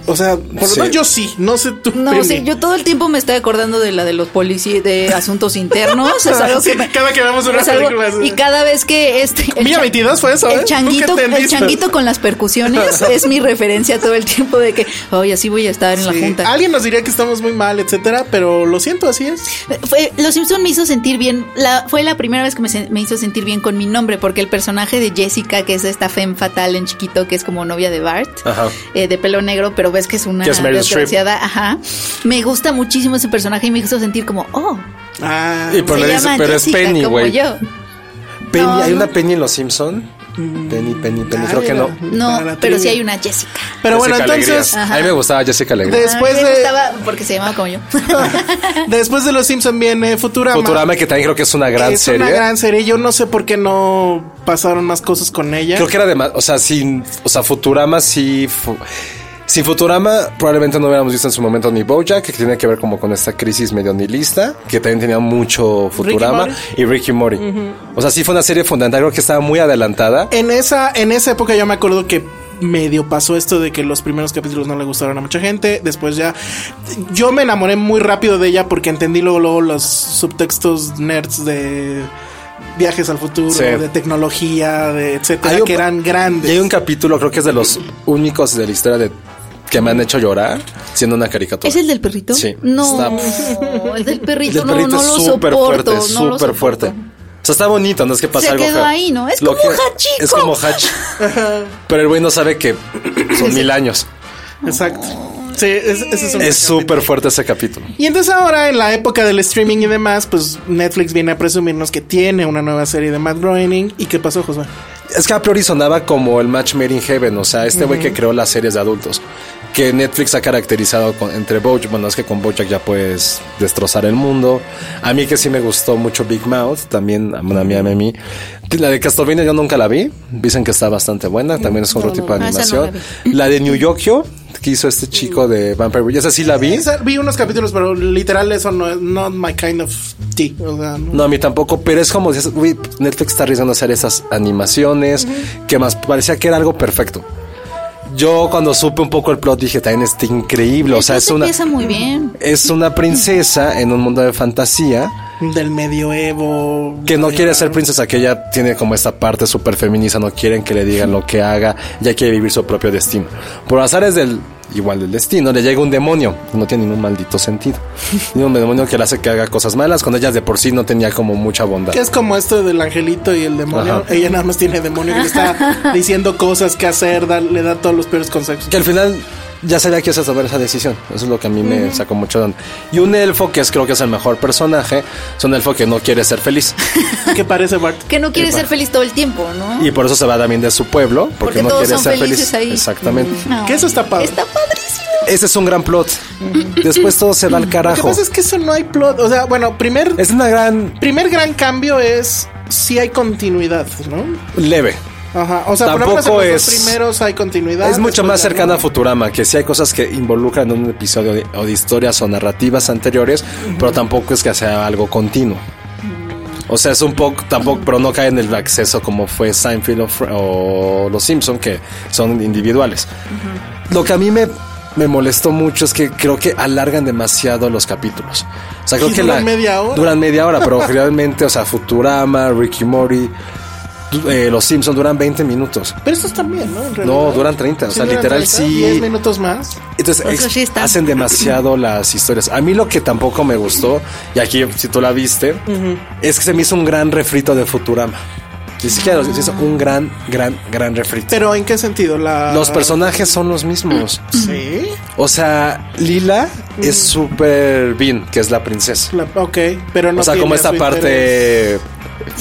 S5: O sea, por lo
S3: Sí.
S5: menos yo sí, no sé tú.
S4: No,
S5: Penny.
S4: sí, yo todo el tiempo me estoy acordando de la de los policías de asuntos internos. [LAUGHS]
S5: [LAUGHS]
S4: Es algo
S5: Sí,
S4: que me-
S5: cada que vemos una
S4: es algo-
S5: película, sí.
S4: y cada vez que este. el
S5: Milla
S4: cha-
S5: 22 fue eso, ¿eh?
S4: El changuito,
S5: Nunca
S4: el
S5: entendiste.
S4: changuito con
S3: [LAUGHS]
S4: las percusiones es mi referencia todo el tiempo de que, ay, así voy a estar en la
S5: Sí.
S4: junta.
S5: Alguien nos diría que estamos muy mal, etcétera, pero lo siento, así es.
S4: Fue- Los Simpson me hizo sentir bien. La, fue la primera vez que me, sen- me hizo sentir bien con mi nombre, porque el personaje de Jessica, que es esta femme fatal en chiquito, que es como novia de Bart,
S3: Ajá.
S4: eh, de pelo negro, pero ves que es una
S3: Que es Meryl Streep.
S4: desgraciada. Ajá. Me gusta muchísimo ese personaje y me hizo sentir como, oh,
S5: Ah,
S3: Y pues, por
S4: se
S3: le dice,
S4: llama
S3: pero es
S4: Jessica,
S3: Penny,
S4: como
S3: güey.
S4: yo.
S3: Penny,
S4: No,
S3: hay
S4: no.
S3: una Penny en Los Simpson. Penny, Penny, Penny.
S5: Ah,
S3: creo que no.
S5: mira.
S4: No,
S5: Para
S4: pero
S5: ti.
S4: sí hay una Jessica.
S5: Pero bueno,
S3: Jessica Alegría.
S5: entonces,
S4: Ajá.
S3: A mí me gustaba Jessica Alegría.
S5: Después
S4: Ah, me
S5: de-
S4: gustaba porque se llamaba
S5: [LAUGHS]
S4: como yo.
S5: después de los Simpson viene Futurama.
S3: Futurama, que también creo que es una gran
S5: es
S3: serie.
S5: una gran serie. Yo no sé por qué no pasaron más cosas con ella.
S3: Creo que era de más. O sea, sin. O sea, Futurama sí. fu- Sin Futurama, probablemente no hubiéramos visto en su momento ni Bojack, que tiene que ver como con esta crisis medio nihilista, que también tenía mucho Futurama,
S5: Rick
S3: y Ricky Mori. O sea, sí fue una serie fundamental, creo que estaba muy adelantada.
S5: En esa, en esa época yo me acuerdo que medio pasó esto de que los primeros capítulos no le gustaron a mucha gente. Después ya. Yo me enamoré muy rápido de ella porque entendí luego, luego los subtextos nerds de viajes al futuro,
S3: Sí.
S5: de tecnología, de
S3: Hay
S5: etcétera,
S3: un-
S5: que eran
S3: Y
S5: grandes.
S3: hay un capítulo, creo que es de los únicos de la historia de que me han hecho llorar siendo una caricatura.
S4: ¿Es el del perrito?
S3: Sí.
S4: No, el del perrito, no, no lo soporto.
S3: fuerte,
S4: no lo
S3: súper
S4: soporto.
S3: fuerte. O sea, está bonito, no es que pasa
S4: Se
S3: algo
S4: quedó
S3: feo.
S4: ahí, ¿no? Es
S3: Lo
S4: como
S3: que-
S4: Hachiko.
S3: Es como
S5: [LAUGHS]
S3: Hach. Pero el güey no sabe que son mil años.
S5: Exacto. Sí, es- ese es un
S3: Es súper fuerte ese capítulo.
S5: Y entonces ahora en la época del streaming y demás, pues Netflix viene a presumirnos que tiene una nueva serie de Matt Groening. ¿Y qué pasó, Josué?
S3: Es que a priori sonaba como el Match Made in Heaven, o sea, este güey que creó las series de adultos, que Netflix ha caracterizado con- entre Bojack, bueno, es que con Bojack ya puedes destrozar el mundo. A mí que sí me gustó mucho Big Mouth, también a mí, a mí, a mí. La de Castlevania yo nunca la vi, dicen que está bastante buena, también es otro tipo de
S4: no. Ah, esa no
S3: animación. la, de New Yorkio, que hizo este chico de Vampire Weekend, esa sí la vi.
S5: Esa- vi unos capítulos, pero literal eso no es not my kind of tea. O sea, no.
S3: No, a mí tampoco, pero es como, dices, "Uy, Netflix está arriesgando a hacer esas animaciones, que más parecía que era algo perfecto. Yo cuando supe un poco el plot dije, también está increíble, o sea, es
S4: Entonces
S3: una,
S4: empieza muy bien.
S3: es una princesa en un mundo de fantasía
S5: del medioevo.
S3: que no
S5: de-
S3: quiere ser princesa, que ella tiene como esta parte súper feminista, no quieren que le digan lo que haga, ya quiere vivir su propio destino. Por azares del, igual del destino, le llega un demonio, no tiene ningún maldito
S4: [LAUGHS]
S3: sentido. Ni un demonio que le hace que haga cosas malas, cuando ella de por sí no tenía como mucha bondad.
S5: Que es como esto del angelito y el demonio.
S3: Ajá.
S5: Ella nada más tiene demonio que le [LAUGHS] está diciendo cosas que hacer, da- le da todos los peores consejos.
S3: Que al final ya sabía que ibas a tomar esa decisión. Eso es lo que a mí me sacó mucho de onda. Y un elfo, que es creo que es el mejor personaje, es un elfo que no quiere ser feliz.
S5: ¿Qué parece, Bart?
S4: Que no quiere ser feliz todo el tiempo, ¿no?
S3: y por eso se va también de su pueblo, porque,
S4: Porque
S3: no
S4: todos
S3: quiere
S4: son
S3: ser feliz.
S4: felices ahí.
S3: Exactamente.
S4: No.
S5: Que eso está padre.
S4: Está padrísimo.
S3: Ese es un gran plot. Después todo se va al
S5: Lo que
S3: carajo.
S5: pasa es que eso no hay plot. O sea, bueno, primer,
S3: Es una gran
S5: primer gran cambio es si hay continuidad, ¿no?
S3: leve.
S5: Ajá, o sea,
S3: Tampoco
S5: por lo menos en los dos
S3: es-
S5: primeros hay continuidad.
S3: Es mucho
S5: después
S3: más
S5: ya
S3: cercana a
S5: no.
S3: Futurama, que sí hay cosas que involucran un episodio de, o de historias o narrativas anteriores, pero tampoco es que sea algo continuo.
S5: Mm.
S3: O sea, es un poco, tampoco, pero no cae en el acceso como fue Seinfeld o, Fr- o Los Simpson, que son individuales. Lo que a mí me, me molestó mucho es que creo que alargan demasiado los capítulos. O sea, creo
S5: Y
S3: que
S5: duran
S3: la-
S5: media hora.
S3: Duran media hora,
S5: [LAUGHS]
S3: pero realmente, o sea, Futurama, Ricky Mori, eh, Los Simpson duran 20 minutos.
S5: Pero estos también, ¿no? En
S3: No,
S5: realidad.
S3: duran 30, o
S5: Sí,
S3: sea,
S5: duran
S3: literal
S5: 30,
S3: sí.
S5: 10 minutos más.
S3: Entonces
S4: Por eso
S3: ex-
S4: sí está.
S3: hacen demasiado las historias. A mí lo que tampoco me gustó, y aquí si tú la viste, es que se me hizo un gran refrito de Futurama. Ni siquiera se hizo un gran, gran, gran refrito.
S5: Pero ¿en qué sentido? La...
S3: Los personajes son los mismos.
S5: Sí.
S3: O sea, Lila es súper bien, que es la princesa.
S5: La- Ok, pero no.
S3: o sea, como
S5: tiene
S3: esta
S5: su interés
S3: parte...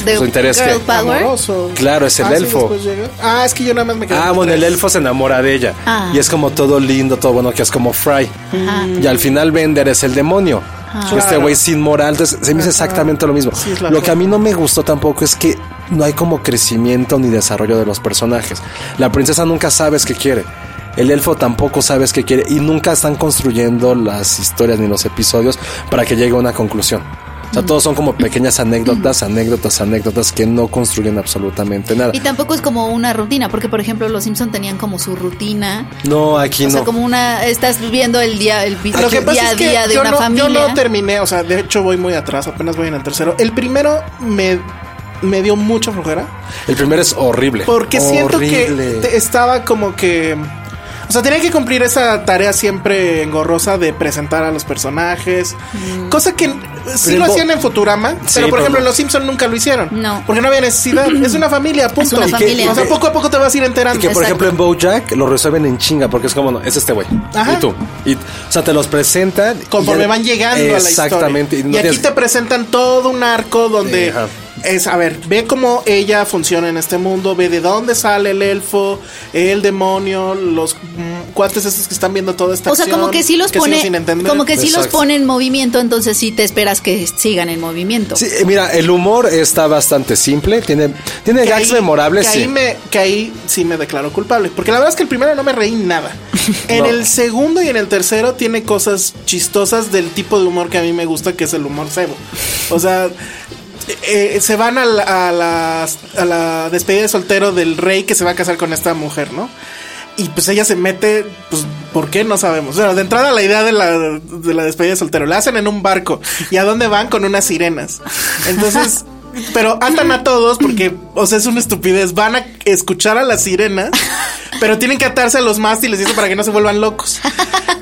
S4: De
S3: Su interés que...
S4: girl power.
S5: amoroso.
S3: Claro, es el
S5: Ah, sí,
S3: elfo.
S5: después llega. ah, es que yo nada más me quedé.
S3: Ah,
S5: con
S3: bueno, el
S5: tres.
S3: elfo se enamora de ella.
S4: Ah.
S3: Y es como todo lindo, todo bueno, que es como Fry. Y al final Bender es el demonio. Este
S4: Ah.
S5: Claro.
S3: güey sin moral. Entonces se me hizo exactamente lo mismo.
S5: Sí, es la
S3: lo que
S5: cosa.
S3: a mí no me gustó tampoco es que no hay como crecimiento ni desarrollo de los personajes. La princesa nunca sabes qué quiere. El elfo tampoco sabes qué quiere. Y nunca están construyendo las historias ni los episodios para que llegue a una conclusión. O
S4: Mm.
S3: sea, todos son como pequeñas anécdotas, anécdotas, anécdotas que no construyen absolutamente nada.
S4: Y tampoco es como una rutina, porque por ejemplo los Simpson tenían como su rutina.
S3: No, aquí
S4: O
S3: no.
S4: sea, como una. Estás viviendo el día, el, vi-
S5: Lo que
S4: el
S5: pasa
S4: día a
S5: es que
S4: día de
S5: yo,
S4: una
S5: no,
S4: familia.
S5: yo no terminé, o sea, de hecho voy muy atrás, apenas voy en el tercero. El primero me, me dio mucha flojera.
S3: El primero es horrible.
S5: Porque siento que
S3: Horrible.
S5: te- estaba como que. O sea, tenía que cumplir esa tarea siempre engorrosa de presentar a los personajes.
S4: Mm.
S5: Cosa que eh, sí
S3: Pero
S5: lo
S3: en Bo-
S5: hacían en Futurama,
S3: Sí,
S5: pero por
S3: pero-
S5: ejemplo, los Simpson nunca lo hicieron.
S4: No.
S5: Porque no había necesidad. es una familia, punto.
S4: una
S5: Y que-
S4: familia.
S5: O sea, poco a poco te vas a ir
S3: Y
S5: enterando.
S3: que, por
S4: Exacto.
S3: ejemplo, en Bojack lo resuelven en chinga, porque es como, no, es este güey.
S5: Ajá.
S3: Y tú. Y, o sea, te los presentan. y
S5: Conforme
S3: ya-
S5: van llegando a la historia.
S3: Exactamente.
S5: Y,
S3: no
S5: aquí
S3: tienes-
S5: te presentan todo un arco donde
S3: Ajá.
S5: es, a ver, ve cómo ella funciona en este mundo, ve de dónde sale el elfo, el demonio, los mm, cuates estos que están viendo toda esta
S4: O sea,
S5: acción,
S4: como que sí los
S5: siguen
S4: pone,
S5: sin entender.
S4: como que sí los
S3: Exacto.
S4: pone en movimiento, entonces sí te esperas que sigan en movimiento.
S3: Sí, eh, mira, el humor está bastante simple. Tiene, tiene
S5: Que
S3: gags
S5: ahí-
S3: memorables,
S5: que
S3: sí.
S5: Ahí me, que ahí sí me declaro culpable. Porque la verdad es que el primero no me
S3: [LAUGHS]
S5: reí nada. En
S3: No.
S5: el segundo y en el tercero tiene cosas chistosas del tipo de humor que a mí me gusta, que es el humor cebo. O sea, eh, eh, se van a la, a, la, a la despedida de soltero del rey que se va a casar con esta mujer, ¿no? Y pues ella se mete, pues, ¿por qué? No sabemos. Bueno, de entrada la idea de la, de la despedida de soltero. La hacen en un barco. ¿Y a dónde van? Con unas sirenas. Entonces, pero atan a todos porque, o sea, es una estupidez. Van a escuchar a las sirenas, pero tienen que atarse a los mástiles y eso para que no se vuelvan locos.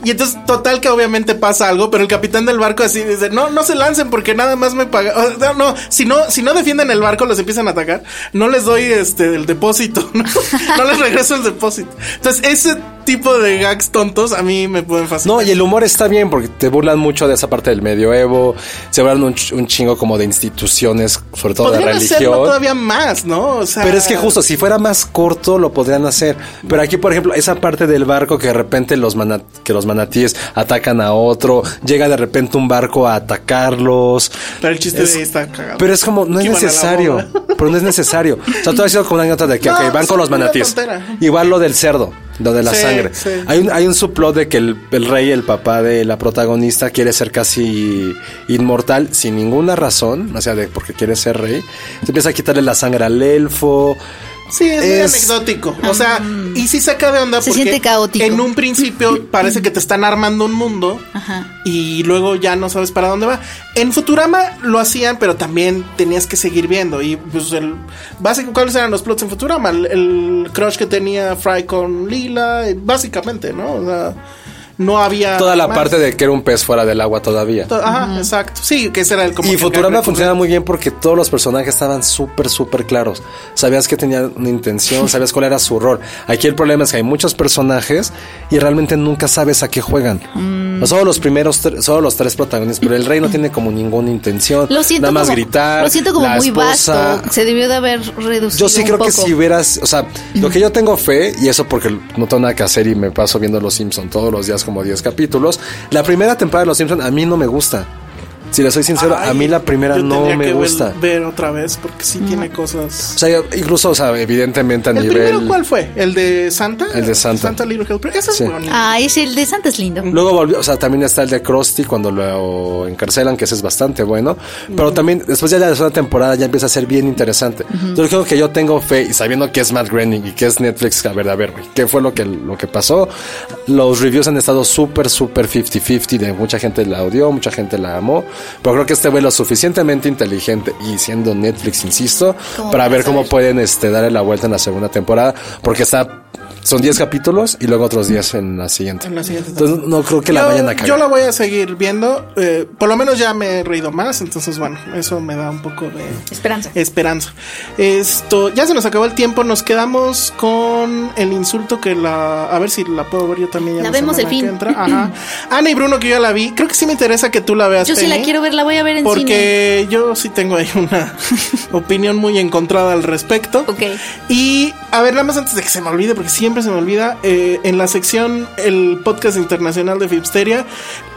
S5: Y entonces, total que obviamente pasa algo, pero el capitán del barco así dice, no, no se lancen porque nada más me paga. o sea, no, no, si no, si no defienden el barco, los empiezan a atacar, no les doy este el depósito, no, [LAUGHS] No les regreso el depósito. Entonces, ese tipo de gags tontos a mí me pueden fascinar.
S3: No, y el humor está bien porque te burlan mucho de esa parte del medioevo, se burlan un, ch- un chingo como de instituciones, sobre todo de
S5: Podrían hacerlo
S3: religión.
S5: todavía más, ¿no? O sea,
S3: Pero es que justo si fuera más corto lo podrían hacer. Pero aquí, por ejemplo, esa parte del barco que de repente los mana- que los manatíes atacan a otro, llega de repente un barco a atacarlos.
S5: Pero el chiste
S3: Es-
S5: de ahí está cagado.
S3: Pero es como no es
S5: Que iban a la
S3: necesario,
S5: boda. [LAUGHS]
S3: pero no es necesario. O sea, tú has sido como una nota de que
S5: No,
S3: ok, van
S5: es
S3: con los
S5: una
S3: manatíes.
S5: tontera.
S3: Igual lo del cerdo, lo de la
S5: Sí,
S3: sangre.
S5: sí.
S3: Hay un hay un subplot de que el, el rey, el papá de la protagonista quiere ser casi inmortal sin ninguna razón, o sea, de porque quiere ser rey. Se empieza a quitarle la sangre al elfo.
S5: Sí, es, muy
S3: Es-
S5: anecdótico. O sea, y sí saca de onda
S4: Ah, mm. Se
S5: porque
S4: siente caótico.
S5: en
S4: [CLEARS THROAT]
S5: un principio parece que te están armando un mundo
S4: Ajá.
S5: y luego ya no sabes para dónde va. En Futurama lo hacían, pero también tenías que seguir viendo. Y pues el básico, ¿cuáles eran los plots en Futurama? El, el crush que tenía Fry con Lila, y básicamente, ¿no? O sea, no había
S3: Toda la
S5: más.
S3: parte de que era un pez fuera del agua todavía.
S5: To- Ajá, exacto. Sí, que ese era el como
S3: Y
S5: que
S3: Futurama
S5: recurrente.
S3: funcionaba muy bien porque todos los personajes estaban súper, súper claros. Sabías que tenían una
S4: [LAUGHS]
S3: intención, sabías cuál era su rol. Aquí el problema es que hay muchos personajes y realmente nunca sabes a qué juegan.
S4: Mm.
S3: Solo los primeros, tre- solo los tres protagonistas, pero el rey no tiene como ninguna intención.
S4: Lo siento
S3: Nada más
S4: como,
S3: gritar.
S4: Lo siento como
S3: la
S4: muy
S3: esposa.
S4: vasto. Se debió de haber reducido.
S3: Yo sí
S4: un
S3: creo que
S4: poco.
S3: si hubieras, o sea, lo que yo tengo fe, y eso porque no tengo nada que hacer y me paso viendo Los Simpson todos los días como 10 capítulos, la primera temporada de Los Simpson a mí no me gusta. Si le soy sincero, a
S5: Ay,
S3: mí la primera
S5: yo
S3: no
S5: tendría
S3: me
S5: que ver-
S3: gusta.
S5: Ver, otra vez porque sí
S4: Mm.
S5: tiene cosas.
S3: O sea, yo- incluso, o sea, evidentemente a
S5: ¿El primero
S3: nivel...
S5: cuál fue? ¿El de Santa?
S3: El de Santa.
S5: Santa Little Helper. Ese
S3: Sí.
S5: es bonito.
S4: Ah, es el de Santa es lindo.
S3: Luego volvió, o sea, también está el de Krusty cuando lo encarcelan, que ese es bastante bueno. Pero también, después ya de la segunda temporada ya empieza a ser bien interesante. Yo creo que yo tengo fe, y sabiendo que es Matt Groening y que es Netflix, a ver, a ver, güey, ¿qué fue lo que, lo que pasó? Los reviews han estado súper, súper 50-50, de mucha gente la odió, mucha gente la amó. Pero creo que este güey lo suficientemente inteligente, y siendo Netflix, insisto,
S4: Como
S3: para
S4: para
S3: ver cómo
S4: saber.
S3: pueden este, darle la vuelta en la segunda temporada, porque está... Son 10 capítulos y luego otros 10 en la siguiente.
S5: En la siguiente
S3: Entonces no creo que la
S5: yo,
S3: vayan a cagar.
S5: yo la voy a seguir viendo. eh, por lo menos ya me he reído más. Entonces, bueno, eso me da un poco de
S4: Esperanza.
S5: esperanza. Esto, ya se nos acabó el tiempo. Nos quedamos con el insulto que la. A ver si la puedo ver yo también. ya
S4: La vemos el
S5: semana
S4: fin.
S5: que
S4: [CLEARS THROAT]
S5: entra. Ajá. Ana y Bruno, que yo ya la vi. Creo que sí me interesa que tú la veas.
S4: Yo sí la
S5: Penny,
S4: quiero ver, la voy a ver en cine.
S5: Porque yo sí tengo ahí una [LAUGHS] opinión muy encontrada al respecto.
S4: Ok.
S5: Y a ver, nada más antes de que se me olvide, porque siempre se me olvida, eh, en la sección el podcast internacional de Fipsteria,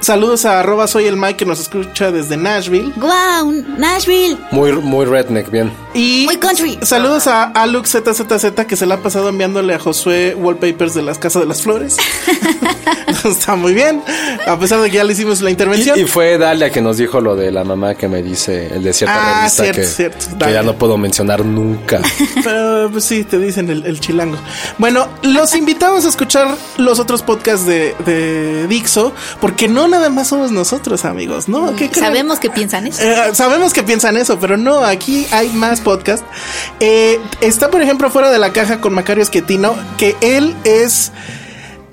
S5: saludos a arroba soy el Mike que nos escucha desde Nashville.
S4: ¡Guau! Nashville.
S3: Muy, muy redneck, bien.
S5: Y
S4: Muy country.
S5: saludos a Alux ZZZ que se la ha pasado enviándole a Josué wallpapers de las Casas de las
S4: [LAUGHS]
S5: Flores. [LAUGHS] Está muy bien, a pesar de que ya le hicimos la intervención.
S3: Y, y fue Dalia que nos dijo lo de la mamá que me dice el de cierta
S5: Ah,
S3: revista
S5: cierto,
S3: que,
S5: cierto,
S3: que
S5: Dalia.
S3: ya no puedo mencionar
S5: [LAUGHS]
S3: nunca.
S5: Pero pues sí, te dicen el, el chilango. Bueno, los invitamos a escuchar los otros podcasts de, de Dixo, porque no nada más somos nosotros, amigos, ¿no? Oh, ¿Qué creen?
S4: Sabemos que piensan eso.
S5: Eh, sabemos que piensan eso, pero no, aquí hay más podcast. Eh, está, por ejemplo, fuera de la caja con Macario Esquetino, que él es.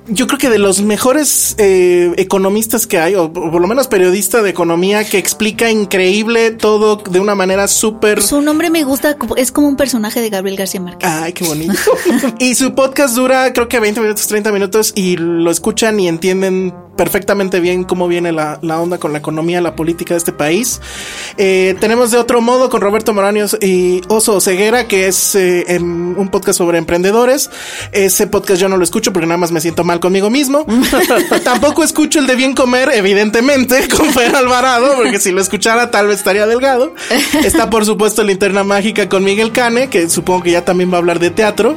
S5: Yo creo que de los mejores eh, economistas que hay, o por por lo menos periodista de economía, que explica increíble todo de una manera súper
S4: Su nombre me gusta, como- es como un personaje de Gabriel García Márquez.
S5: Ay, qué bonito. y su podcast dura creo que 20 minutos, 30 minutos y lo escuchan y entienden perfectamente bien cómo viene la, la onda con la economía, la política de este país. Eh, tenemos de otro modo con Roberto Moranios y Oso Ceguera, que es eh, em- un podcast sobre emprendedores. Ese podcast yo no lo escucho porque nada más me siento mal conmigo mismo. Tampoco escucho el de Bien Comer, evidentemente, [LAUGHS] con Fer Alvarado, porque si lo escuchara tal vez estaría delgado. Está, por supuesto, Linterna Mágica con Miguel Cane, que supongo que ya también va a hablar de teatro.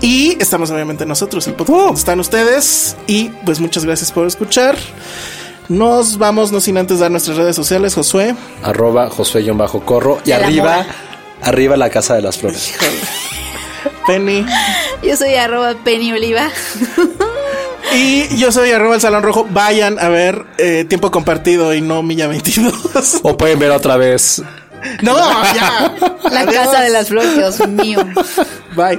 S5: Y estamos, obviamente, nosotros, el podcast donde están ustedes. Y pues muchas gracias por escuchar. Nos vamos, no sin antes dar nuestras redes sociales, Josué.
S3: Arroba Josué-Corro. Y
S4: De la
S3: arriba,
S4: moda.
S3: arriba la Casa de las Flores.
S5: Penny.
S4: Yo soy arroba Penny Oliva.
S5: Y yo soy arroba el Salón Rojo. Vayan a ver eh, Tiempo Compartido y no Milla 22.
S3: O pueden ver otra vez
S5: [LAUGHS] no, ya.
S4: La
S5: Adiós.
S4: casa de las flores, Dios mío.
S5: Bye.